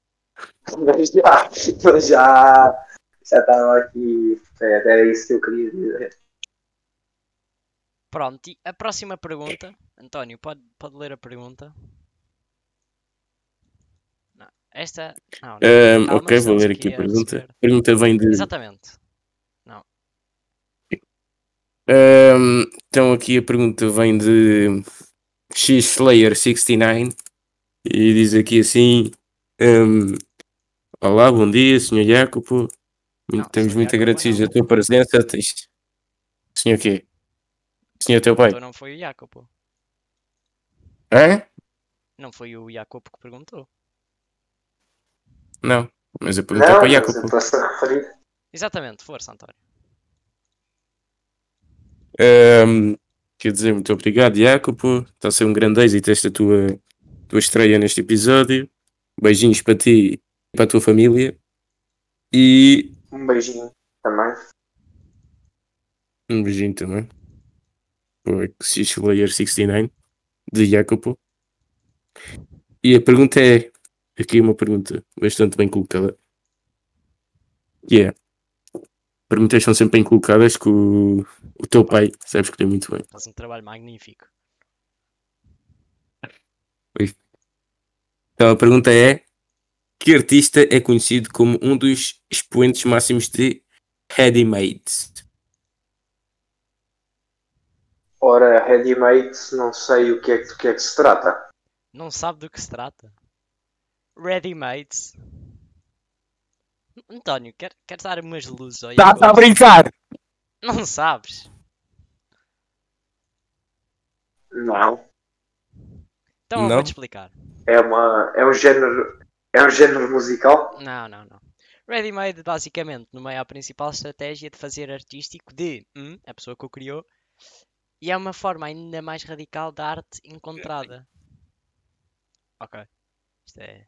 [SPEAKER 4] (laughs) Mas já, mas já, já estava aqui. Era era isso que eu queria dizer.
[SPEAKER 2] Pronto, e a próxima pergunta. António, pode, pode ler a pergunta? Não, Esta. Não, não.
[SPEAKER 3] Ahm,
[SPEAKER 2] Calma,
[SPEAKER 3] Eh, Hum, ok, vou
[SPEAKER 2] estamos
[SPEAKER 3] ler aqui a
[SPEAKER 2] a
[SPEAKER 3] pergunta.
[SPEAKER 2] receber-
[SPEAKER 3] A pergunta vem de.
[SPEAKER 2] é Exatamente.
[SPEAKER 3] Ahm, então, aqui a pergunta vem de Xslayer69 e diz aqui assim: ahm, Olá, bom dia, Sr. Jacopo.
[SPEAKER 2] Não,
[SPEAKER 3] Muito- Estamos
[SPEAKER 2] Sr.
[SPEAKER 3] muito
[SPEAKER 2] Jacopo
[SPEAKER 3] agradecidos
[SPEAKER 2] não.
[SPEAKER 3] da tua presença. Tens... Senhor quê? Senhor teu pai?
[SPEAKER 2] Então não foi o Jacopo.
[SPEAKER 3] Hã?
[SPEAKER 2] Não foi o Jacopo que perguntou.
[SPEAKER 3] Não, mas a pergunta é
[SPEAKER 4] Não,
[SPEAKER 3] para o
[SPEAKER 4] mas eu
[SPEAKER 3] Jacopo.
[SPEAKER 4] estou-se a referir.
[SPEAKER 2] Exatamente, força, António.
[SPEAKER 3] Ahm, quer dizer, muito obrigado, Jacopo. Está a ser um grande êxito esta tua, tua estreia neste episódio. Beijinhos para ti e para a tua família. E
[SPEAKER 4] Um beijinho também.
[SPEAKER 3] Um beijinho também. O Exis Layer 69 de Jacopo. E a pergunta é. Aqui uma pergunta bastante bem colocada. Que é. Perguntas são sempre bem colocadas que o, o teu pai sabe escolher muito bem.
[SPEAKER 2] Faz um trabalho magnífico.
[SPEAKER 3] Então a pergunta é: que artista é conhecido como um dos expoentes máximos de ready-made?
[SPEAKER 4] Ora, ready-made, não sei o que é que, do que é que se trata.
[SPEAKER 2] Não sabe do que se trata. Ready mates. António, quer, quer dar umas luzes aí?
[SPEAKER 6] Tá, tá a brincar!
[SPEAKER 2] Não sabes?
[SPEAKER 4] Não.
[SPEAKER 2] Então eu
[SPEAKER 3] Não.
[SPEAKER 2] vou-te explicar.
[SPEAKER 4] É, uma, é um género. É um género musical?
[SPEAKER 2] Não, não, não. Ready-made, basicamente, no meio, é a principal estratégia de fazer artístico de hum, a pessoa que o criou e é uma forma ainda mais radical da arte encontrada. Ok. Isto é.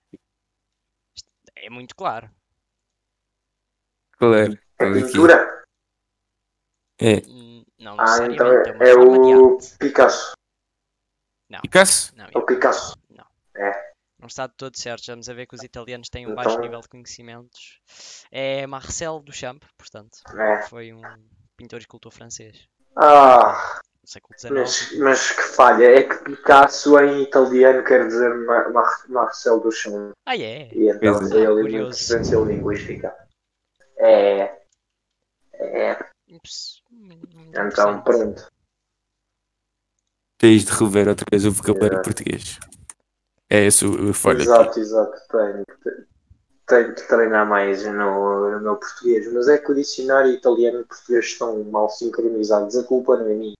[SPEAKER 2] Isto é muito claro.
[SPEAKER 3] Qual era?
[SPEAKER 4] É
[SPEAKER 3] Qual é que é?
[SPEAKER 4] pintura?
[SPEAKER 3] É.
[SPEAKER 2] Hum, Não
[SPEAKER 4] Ah, então
[SPEAKER 2] necessariamente, é uma
[SPEAKER 4] é, é
[SPEAKER 2] forma de
[SPEAKER 4] o
[SPEAKER 2] arte.
[SPEAKER 4] Picasso.
[SPEAKER 3] Picasso?
[SPEAKER 2] Não,
[SPEAKER 4] É o Picasso.
[SPEAKER 2] Não está de todo certo. Estamos a ver que os italianos têm um
[SPEAKER 4] Então-
[SPEAKER 2] baixo nível de conhecimentos. É Marcel Duchamp, portanto.
[SPEAKER 4] É.
[SPEAKER 2] Foi um pintor e escultor francês
[SPEAKER 4] Ah,
[SPEAKER 2] do século XIX.
[SPEAKER 4] mas, mas que falha. É que Picasso em italiano quer dizer Mar Mar Marcel Duchamp.
[SPEAKER 2] Ah, é?
[SPEAKER 4] E então
[SPEAKER 3] Pois
[SPEAKER 2] é.
[SPEAKER 4] é ali uma
[SPEAKER 2] Curioso.
[SPEAKER 4] interferência linguística. É. É.
[SPEAKER 2] Imposs- muito
[SPEAKER 4] Então,
[SPEAKER 2] interessante.
[SPEAKER 4] pronto.
[SPEAKER 3] Tens de rever outra vez o vocabulário português. É esse o, o falho aqui.
[SPEAKER 4] Exato, exato. Tenho que, te- tenho que treinar mais no, no meu português. Mas é que o dicionário italiano e português estão mal sincronizados. A culpa não é minha.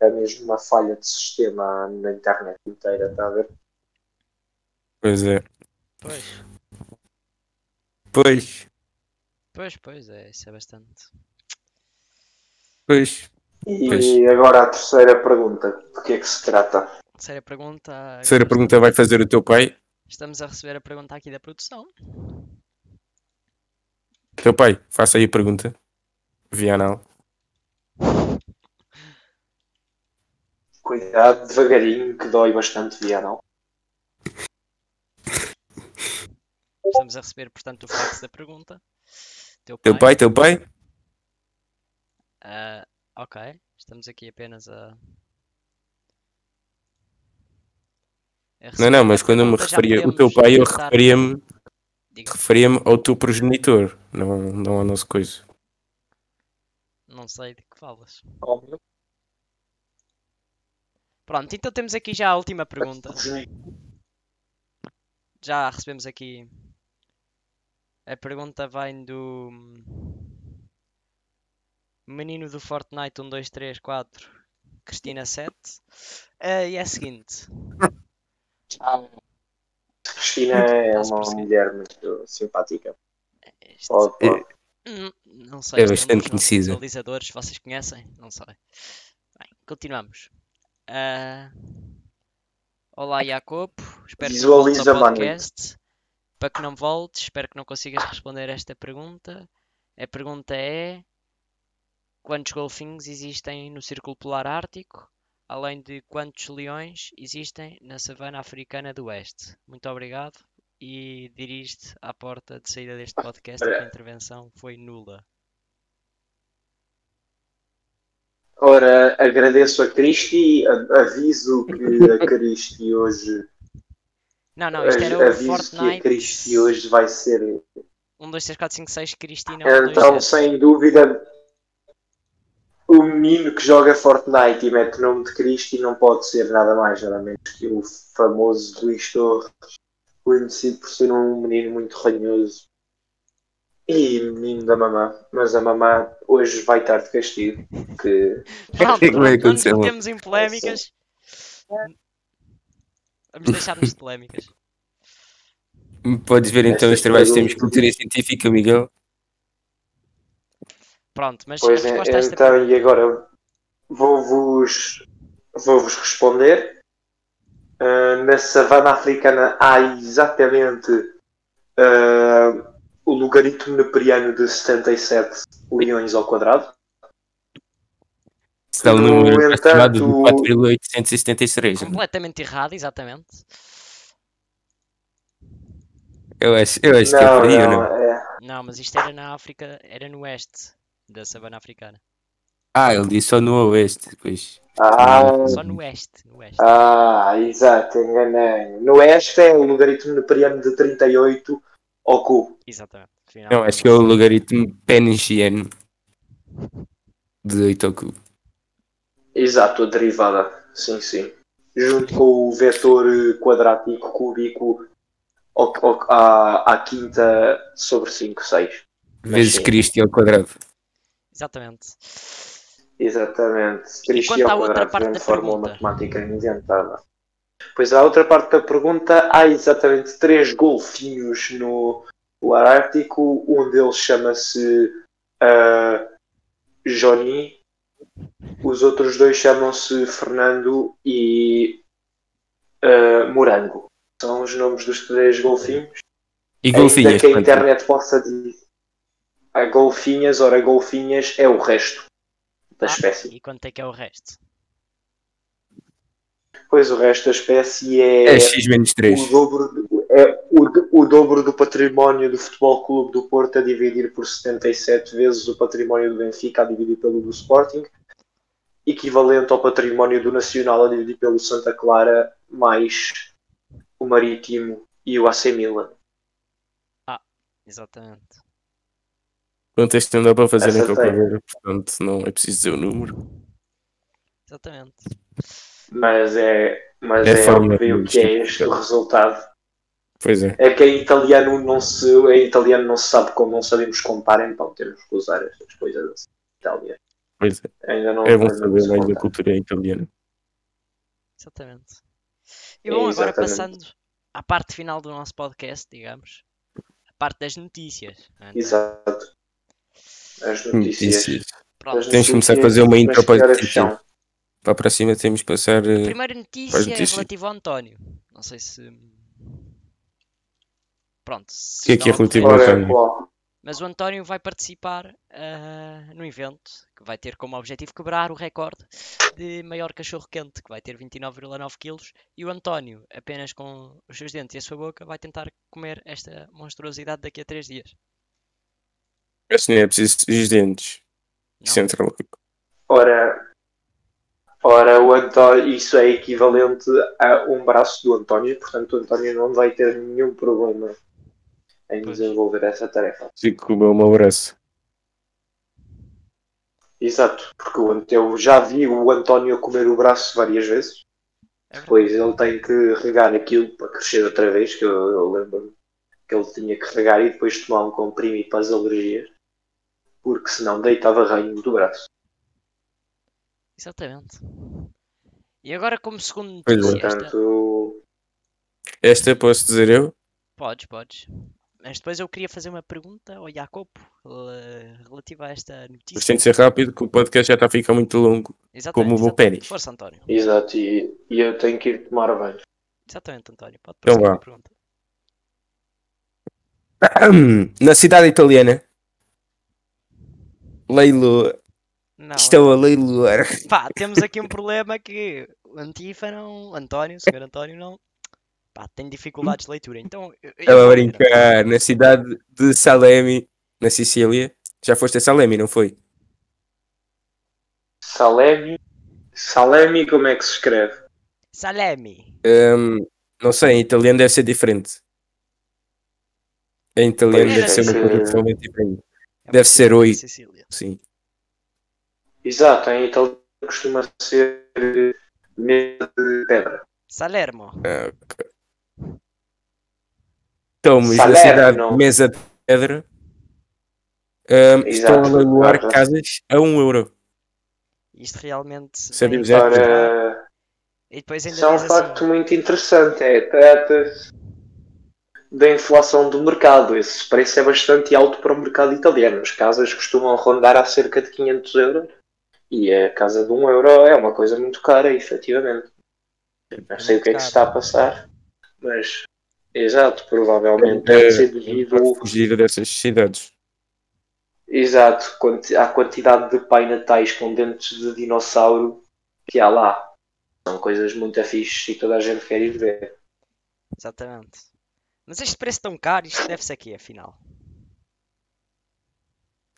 [SPEAKER 4] É mesmo uma falha de sistema na internet inteira, está a ver?
[SPEAKER 3] Pois é.
[SPEAKER 2] Pois,
[SPEAKER 3] Pois,
[SPEAKER 2] pois, pois, é, isso é bastante.
[SPEAKER 3] pois.
[SPEAKER 4] E
[SPEAKER 3] Pois.
[SPEAKER 4] agora a terceira pergunta. Do que é que se trata?
[SPEAKER 2] Terceira pergunta.
[SPEAKER 3] Terceira
[SPEAKER 2] agora
[SPEAKER 3] pergunta vai fazer o teu pai.
[SPEAKER 2] Estamos a receber a pergunta aqui da produção.
[SPEAKER 3] Teu pai, faça aí a pergunta. Via anal.
[SPEAKER 4] Cuidado, devagarinho, que dói bastante, via não?
[SPEAKER 2] Estamos a receber, portanto, o fax da pergunta. Teu
[SPEAKER 3] Teu pai, teu pai?
[SPEAKER 2] Ah, ok, estamos aqui apenas a. a
[SPEAKER 3] Não,
[SPEAKER 2] receber
[SPEAKER 3] não,
[SPEAKER 2] a
[SPEAKER 3] mas quando eu me
[SPEAKER 2] pergunta, já
[SPEAKER 3] referia ao teu
[SPEAKER 2] podemos
[SPEAKER 3] pai, eu
[SPEAKER 2] tentar-
[SPEAKER 3] referia-me
[SPEAKER 2] Diga,
[SPEAKER 3] referia ao teu progenitor, não, não ao nosso coisa.
[SPEAKER 2] não sei de que falas.
[SPEAKER 4] Óbvio.
[SPEAKER 2] Pronto, então temos aqui já a última pergunta. Já recebemos aqui. A pergunta vem do. Menino do Fortnite 1, 2, 3, 4, Cristina 7. Ah, e é a seguinte:
[SPEAKER 4] Cristina é
[SPEAKER 2] Estás a
[SPEAKER 4] uma
[SPEAKER 2] perseguir.
[SPEAKER 4] mulher muito simpática.
[SPEAKER 2] Isto-
[SPEAKER 4] Pode,
[SPEAKER 3] É.
[SPEAKER 4] pode.
[SPEAKER 2] Hum, Não sei,
[SPEAKER 3] É
[SPEAKER 2] isto
[SPEAKER 3] bastante
[SPEAKER 2] um dos nossos
[SPEAKER 3] conhecida.
[SPEAKER 2] Visualizadores, vocês conhecem? Não sei. Bem, continuamos. Ah, Olá, Jacopo. Espero que não voltes ao
[SPEAKER 4] Visualiza, Manu.
[SPEAKER 2] podcast. Para que não voltes, espero que não consigas responder esta pergunta. A pergunta é: Quantos golfinhos existem no Círculo Polar Ártico? Além de quantos leões existem na savana africana do Oeste? Muito obrigado e dirige-te à porta de saída deste podcast e que a intervenção foi nula.
[SPEAKER 4] Ora, agradeço a Cristi, a- aviso que a Cristi hoje.
[SPEAKER 2] Não, não, isto era o
[SPEAKER 4] aviso É que a
[SPEAKER 2] Fortnite.
[SPEAKER 4] Cristi hoje vai ser.
[SPEAKER 2] 1, 2, 3, 4, 5, 6, Cristina. um, dois,
[SPEAKER 4] Então,
[SPEAKER 2] sete.
[SPEAKER 4] sem dúvida, o menino que joga Fortnite e mete o nome de Cristi não pode ser nada mais, nada menos que o famoso Luís Torres, conhecido por ser um menino muito ranhoso e menino da mamã. Mas a mamã hoje vai estar de castigo, que
[SPEAKER 2] Pronto,
[SPEAKER 3] que é que vai
[SPEAKER 2] pronto, não nos
[SPEAKER 3] acontecer, mano?
[SPEAKER 2] metemos em polémicas. Vamos deixar-nos de polémicas.
[SPEAKER 3] Podes ver então
[SPEAKER 4] Esta
[SPEAKER 3] os trabalhos que temos
[SPEAKER 4] pergunta-
[SPEAKER 3] de cultura científica, Miguel.
[SPEAKER 2] Pronto, mas
[SPEAKER 4] Pois
[SPEAKER 2] a
[SPEAKER 4] é,
[SPEAKER 2] resposta a esta
[SPEAKER 4] então,
[SPEAKER 2] pergunta-
[SPEAKER 4] e agora vou-vos vou-vos responder. Ah, na savana africana há exatamente ah, o logaritmo neperiano de 77 leões ao quadrado.
[SPEAKER 3] Está o
[SPEAKER 4] No
[SPEAKER 3] número
[SPEAKER 4] entanto-
[SPEAKER 3] estimado de 4.873. mano.
[SPEAKER 2] é Completamente errado, exatamente.
[SPEAKER 3] Eu acho, eu acho que é
[SPEAKER 4] não,
[SPEAKER 3] por aí, ou não?
[SPEAKER 4] não, é.
[SPEAKER 2] Não, mas isto era na África, era no oeste da savana africana.
[SPEAKER 3] Ah, ele disse só no oeste, pois.
[SPEAKER 4] Ah,
[SPEAKER 2] Só no oeste, no oeste.
[SPEAKER 4] Ah, exato, enganei. No oeste é o logaritmo neperiano de 38 ao cubo.
[SPEAKER 2] Exatamente. Afinal,
[SPEAKER 3] Não, acho que é o logaritmo penigiano de 8 ao cubo.
[SPEAKER 4] Exato, a derivada. Sim, sim. Junto com o vetor eh, quadrático cúbico ao, ao- à, à quinta sobre 5, 6.
[SPEAKER 3] Vezes
[SPEAKER 4] sim.
[SPEAKER 3] Cristo ao quadrado.
[SPEAKER 2] Exatamente.
[SPEAKER 4] Exatamente.
[SPEAKER 2] quanto
[SPEAKER 4] Cristiano
[SPEAKER 2] à outra
[SPEAKER 4] quadrado,
[SPEAKER 2] parte
[SPEAKER 4] grande
[SPEAKER 2] da
[SPEAKER 4] fórmula
[SPEAKER 2] pergunta?
[SPEAKER 4] matemática inventada. Pois a outra parte da pergunta, há exatamente três golfinhos no Polar Ártico, um deles chama-se ah, Johnny, os outros dois chamam-se Fernando e ah, Morango. São os nomes dos três golfinhos.
[SPEAKER 3] E
[SPEAKER 4] Ainda
[SPEAKER 3] golfinhas,
[SPEAKER 4] que a
[SPEAKER 3] pronto.
[SPEAKER 4] internet possa dizer a golfinhas, ora golfinhas é o resto da
[SPEAKER 2] Ah,
[SPEAKER 4] espécie.
[SPEAKER 2] E quanto é que é o resto?
[SPEAKER 4] Pois o resto da espécie é,
[SPEAKER 3] É x menos 3.
[SPEAKER 4] o, dobro, do- é o, do- o dobro do património do Futebol Clube do Porto a dividir por 77 vezes o património do Benfica a dividir pelo do Sporting, equivalente ao património do Nacional a dividir pelo Santa Clara, mais o Marítimo e o AC Milan.
[SPEAKER 2] Exatamente.
[SPEAKER 3] Pronto, este não dá para fazer em
[SPEAKER 4] Essa
[SPEAKER 3] calculadora, portanto não é preciso dizer o número.
[SPEAKER 2] Exatamente.
[SPEAKER 4] Mas é, mas
[SPEAKER 3] É
[SPEAKER 4] é,
[SPEAKER 3] forma
[SPEAKER 4] óbvio
[SPEAKER 3] de
[SPEAKER 4] que é
[SPEAKER 3] justificar.
[SPEAKER 4] este o resultado.
[SPEAKER 3] Pois é.
[SPEAKER 4] É que em italiano não se, em italiano não se sabe como não sabemos contar, então temos que usar estas coisas assim. Itália.
[SPEAKER 3] Pois é.
[SPEAKER 4] Ainda não
[SPEAKER 3] É bom
[SPEAKER 4] ainda não
[SPEAKER 3] saber
[SPEAKER 4] se
[SPEAKER 3] mais da
[SPEAKER 4] conta.
[SPEAKER 3] cultura italiana.
[SPEAKER 2] Exatamente. E bom, agora
[SPEAKER 4] É Exatamente.
[SPEAKER 2] passando à parte final do nosso podcast, digamos. A parte das notícias. não é?
[SPEAKER 4] Exato.
[SPEAKER 3] Hum,
[SPEAKER 4] As notícias.
[SPEAKER 3] Notícias.
[SPEAKER 2] Pronto.
[SPEAKER 4] As
[SPEAKER 3] Tens de começar a
[SPEAKER 4] notícias,
[SPEAKER 3] fazer uma
[SPEAKER 4] mas
[SPEAKER 3] intro
[SPEAKER 4] que
[SPEAKER 3] para
[SPEAKER 4] horas
[SPEAKER 3] notícias.
[SPEAKER 4] são?
[SPEAKER 3] Para a próxima temos de passar. eh,
[SPEAKER 2] Primeira notícia é
[SPEAKER 3] notícias.
[SPEAKER 2] relativa ao António. Não sei se. Pronto. se
[SPEAKER 3] O que é que é
[SPEAKER 2] estão a
[SPEAKER 3] relativo
[SPEAKER 2] correr.
[SPEAKER 3] ao
[SPEAKER 4] Ora,
[SPEAKER 3] António?
[SPEAKER 4] qual?
[SPEAKER 2] Mas o António vai participar ah, no evento que vai ter como objetivo quebrar o recorde de maior cachorro quente, que vai ter 29,9 kg. E o António, apenas com os seus dentes e a sua boca, vai tentar comer esta monstruosidade daqui a 3 dias.
[SPEAKER 3] Assim, é preciso os dentes.
[SPEAKER 2] Não?
[SPEAKER 3] Isso entra logo.
[SPEAKER 4] Ora, ora o António, isso é equivalente a um braço do António, portanto o António não vai ter nenhum problema em
[SPEAKER 2] Pois.
[SPEAKER 4] desenvolver essa tarefa.
[SPEAKER 3] Fico com o meu mau braço.
[SPEAKER 4] Exato, porque o Ant- eu já vi o António comer o braço várias vezes.
[SPEAKER 2] É
[SPEAKER 4] Depois ele tem que regar aquilo para crescer outra vez, que eu, eu lembro que ele tinha que regar e depois tomar um comprimido para as alergias, porque senão deitava raio do braço.
[SPEAKER 2] Exatamente. E agora, como segundo
[SPEAKER 3] Pois é.
[SPEAKER 2] notícia, esta...
[SPEAKER 4] Portanto,
[SPEAKER 3] Esta posso dizer eu?
[SPEAKER 2] podes, podes. Mas depois eu queria fazer uma pergunta ao Jacopo eh, relativa a esta
[SPEAKER 3] Mas
[SPEAKER 2] notícia.
[SPEAKER 3] tem de ser rápido, que o podcast já está a ficar muito longo.
[SPEAKER 2] Exatamente,
[SPEAKER 3] Como o meu
[SPEAKER 2] exatamente.
[SPEAKER 3] pênis.
[SPEAKER 2] Força, António.
[SPEAKER 4] exato, e, e eu tenho que ir tomar banho.
[SPEAKER 2] Exatamente, António. Pode
[SPEAKER 3] Então
[SPEAKER 2] prosseguir
[SPEAKER 3] vá.
[SPEAKER 2] a pergunta.
[SPEAKER 3] Na cidade italiana. Leilo.
[SPEAKER 2] Não,
[SPEAKER 3] Estão a leiloar.
[SPEAKER 2] Pá, temos aqui um problema que o Antifa não. António, o senhor António não. Pá, tem dificuldades de leitura. Então. eu- eu
[SPEAKER 3] Estava
[SPEAKER 2] vou
[SPEAKER 3] a
[SPEAKER 2] ler,
[SPEAKER 3] brincar. Na cidade de Salemi, na Sicília. Já foste a Salemi, não foi?
[SPEAKER 4] Salemi, Salemi como é que se escreve?
[SPEAKER 2] António. Salemi.
[SPEAKER 3] Hum, não sei, em italiano deve ser diferente. Em italiano
[SPEAKER 4] Pois,
[SPEAKER 3] deve ser uma
[SPEAKER 4] deve
[SPEAKER 3] coisa
[SPEAKER 4] ser-
[SPEAKER 3] totalmente diferente.
[SPEAKER 2] É
[SPEAKER 3] Deve
[SPEAKER 2] uma
[SPEAKER 3] ser
[SPEAKER 2] cidade da
[SPEAKER 3] oito.
[SPEAKER 2] Sicília.
[SPEAKER 3] Sim.
[SPEAKER 4] Exato, em italiano costuma ser eh, mesa de pedra.
[SPEAKER 2] Salermo.
[SPEAKER 3] Ah, ok. Então, mas na
[SPEAKER 4] Salerno.
[SPEAKER 3] cidade de Mesa de Pedra hum, estão a
[SPEAKER 4] Exato.
[SPEAKER 3] leiloar
[SPEAKER 4] Aham.
[SPEAKER 3] casas a 1 euro.
[SPEAKER 2] Isto realmente.
[SPEAKER 3] Sabemos
[SPEAKER 2] vem-
[SPEAKER 3] é que-
[SPEAKER 4] Ora,
[SPEAKER 2] E depois ainda
[SPEAKER 4] Isso é um
[SPEAKER 2] diz assim,
[SPEAKER 4] facto muito interessante. É, trata-se da inflação do mercado. Esse preço é bastante alto para o mercado italiano. As casas costumam rondar a cerca de 500 euros. E a casa de 1 euro é uma coisa muito cara, efetivamente. Não sei o que é que se está a passar, mas.
[SPEAKER 3] é,
[SPEAKER 4] Exato, provavelmente deve ser devido.
[SPEAKER 3] Fugir dessas cidades.
[SPEAKER 4] Exato, quanti- a quantidade de pai natais com dentes de dinossauro que há lá. São coisas muito fixes e toda a gente quer ir ver.
[SPEAKER 2] Exatamente. Mas este preço tão caro, isto deve-se a quê, afinal?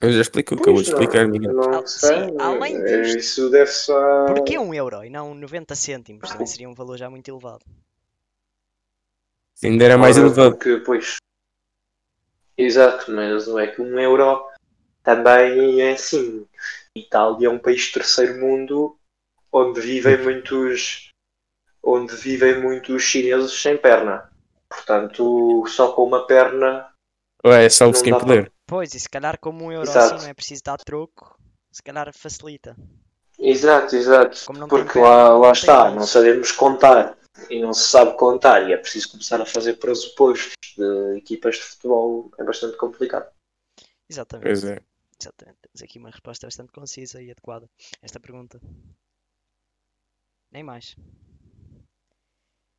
[SPEAKER 3] Eu já explico o que eu vou te explicar, Miguel.
[SPEAKER 4] Não sei,
[SPEAKER 2] Sim, além
[SPEAKER 4] é-
[SPEAKER 2] disto-
[SPEAKER 4] isso deve-se a.
[SPEAKER 2] Porquê um euro e não 90 cêntimos? Também seria um valor já muito elevado.
[SPEAKER 3] Se ainda era É mais
[SPEAKER 4] Ora,
[SPEAKER 3] elevado.
[SPEAKER 4] Porque, pois. Exato, mas não é que um euro também é assim. Itália é um país de terceiro mundo onde vivem
[SPEAKER 3] Hum.
[SPEAKER 4] muitos. onde vivem muitos chineses sem perna. Portanto, só com uma perna.
[SPEAKER 3] Ué, é só o
[SPEAKER 4] Não
[SPEAKER 3] quem
[SPEAKER 4] dá
[SPEAKER 3] puder.
[SPEAKER 2] Pois, e se calhar como um euro
[SPEAKER 4] Exato.
[SPEAKER 2] assim não é preciso dar troco, se calhar facilita.
[SPEAKER 4] Exato, exato.
[SPEAKER 2] Como não tem
[SPEAKER 4] Porque
[SPEAKER 2] perna,
[SPEAKER 4] lá,
[SPEAKER 2] não
[SPEAKER 4] lá
[SPEAKER 2] tem
[SPEAKER 4] está,
[SPEAKER 2] braço.
[SPEAKER 4] não sabemos contar. E não se sabe contar. E é preciso começar a fazer pressupostos de equipas de futebol. É bastante complicado.
[SPEAKER 2] Exatamente.
[SPEAKER 3] Pois é.
[SPEAKER 2] Exatamente. Temos aqui uma resposta bastante concisa e adequada a esta pergunta. Nem mais.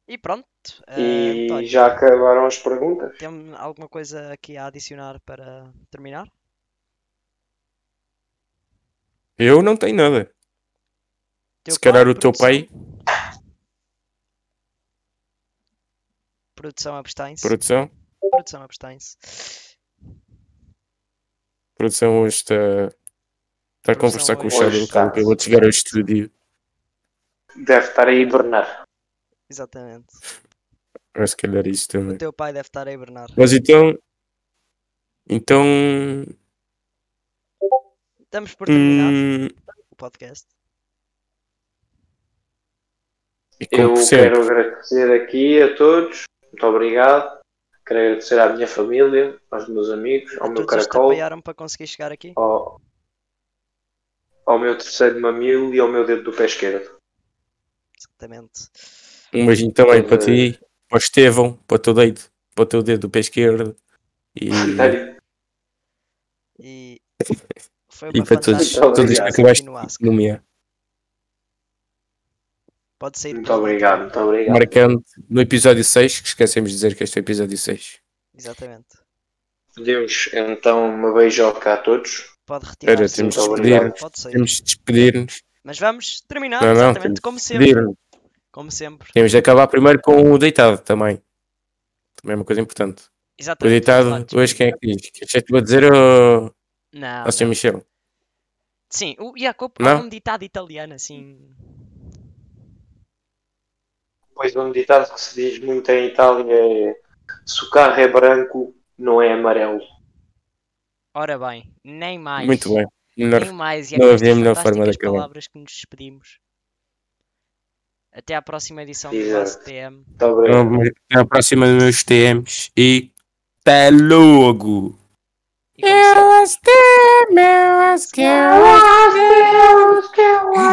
[SPEAKER 2] E pronto. eh,
[SPEAKER 4] E
[SPEAKER 2] António,
[SPEAKER 4] já acabaram as perguntas?
[SPEAKER 2] tem alguma coisa aqui a adicionar para terminar?
[SPEAKER 3] Eu não tenho nada.
[SPEAKER 2] Teu
[SPEAKER 3] Se calhar o teu
[SPEAKER 2] produção-
[SPEAKER 3] pai-
[SPEAKER 2] Produção abstém-se.
[SPEAKER 3] Produção.
[SPEAKER 2] Produção abstém-se.
[SPEAKER 3] Produção hoje está. Está a conversar
[SPEAKER 2] Produção
[SPEAKER 3] com o
[SPEAKER 2] hoje
[SPEAKER 3] Shadow.
[SPEAKER 4] está.
[SPEAKER 3] Calma, que Eu vou chegar ao estúdio.
[SPEAKER 4] Deve estar a hibernar.
[SPEAKER 2] Exatamente.
[SPEAKER 3] Mas se calhar isso
[SPEAKER 2] O
[SPEAKER 3] também.
[SPEAKER 2] teu pai deve estar a hibernar.
[SPEAKER 3] Mas então. Então.
[SPEAKER 2] Estamos por terminar
[SPEAKER 3] Hum,
[SPEAKER 2] o podcast.
[SPEAKER 3] e como
[SPEAKER 4] Eu
[SPEAKER 3] percebe?
[SPEAKER 4] quero agradecer aqui a todos. Muito obrigado. Quero agradecer à minha família, aos meus amigos, ao
[SPEAKER 2] a
[SPEAKER 4] meu
[SPEAKER 2] todos os que te
[SPEAKER 4] caracol,
[SPEAKER 2] apoiaram para conseguir chegar aqui.
[SPEAKER 4] ao, ao meu terceiro mamilo e ao meu dedo do pé esquerdo.
[SPEAKER 2] Exatamente.
[SPEAKER 3] Um beijinho também para ti, para o Estevão, para o teu dedo, para o teu dedo do pé esquerdo. (laughs) E,
[SPEAKER 4] Sério,
[SPEAKER 2] E foi
[SPEAKER 3] e
[SPEAKER 2] uma
[SPEAKER 3] para todos,
[SPEAKER 4] fantástica
[SPEAKER 3] todos os que
[SPEAKER 4] obrigado.
[SPEAKER 3] acabaste
[SPEAKER 2] no Ask.
[SPEAKER 3] de nomear.
[SPEAKER 2] Pode sair
[SPEAKER 4] Muito
[SPEAKER 2] pelo
[SPEAKER 4] obrigado, muito obrigado.
[SPEAKER 3] Marcando no episódio 6, que esquecemos de dizer que este é o episódio 6.
[SPEAKER 2] Exatamente.
[SPEAKER 4] Deus, então uma beijoca a todos.
[SPEAKER 2] Pode retirar.
[SPEAKER 3] Era, temos
[SPEAKER 4] de
[SPEAKER 3] despedir-nos.
[SPEAKER 2] Pode sair.
[SPEAKER 3] Temos de despedir-nos.
[SPEAKER 2] Mas vamos terminar
[SPEAKER 3] Não, não, temos
[SPEAKER 2] exatamente como sempre.
[SPEAKER 3] Despedir-nos.
[SPEAKER 2] Como sempre.
[SPEAKER 3] Temos de acabar primeiro com o deitado também. Também é uma coisa importante. O
[SPEAKER 2] Exatamente.
[SPEAKER 3] deitado,
[SPEAKER 2] Relatos.
[SPEAKER 3] hoje quem é que diz? Que já te vou dizer ao
[SPEAKER 2] Não,
[SPEAKER 3] ao Sr.
[SPEAKER 2] não.
[SPEAKER 3] Michel.
[SPEAKER 2] Sim, o Jacopo
[SPEAKER 3] Não?
[SPEAKER 2] há um ditado italiano assim.
[SPEAKER 4] Pois um ditado que se diz muito em Itália é se o carro é branco, não é amarelo.
[SPEAKER 2] Ora bem, nem mais.
[SPEAKER 3] Muito bem.
[SPEAKER 2] Nem
[SPEAKER 3] Melhor.
[SPEAKER 2] mais. E é
[SPEAKER 3] não
[SPEAKER 2] com
[SPEAKER 3] havia
[SPEAKER 2] estas
[SPEAKER 3] melhor forma de
[SPEAKER 2] fantásticas
[SPEAKER 3] acabar.
[SPEAKER 2] palavras que nos despedimos. Até à próxima edição do
[SPEAKER 4] Exato.
[SPEAKER 2] ASTM.
[SPEAKER 4] Muito obrigado.
[SPEAKER 3] Então, Até a próxima dos meus TMs e até logo! É.
[SPEAKER 2] E como sempre,
[SPEAKER 1] Eu as que eu as que eu as que eu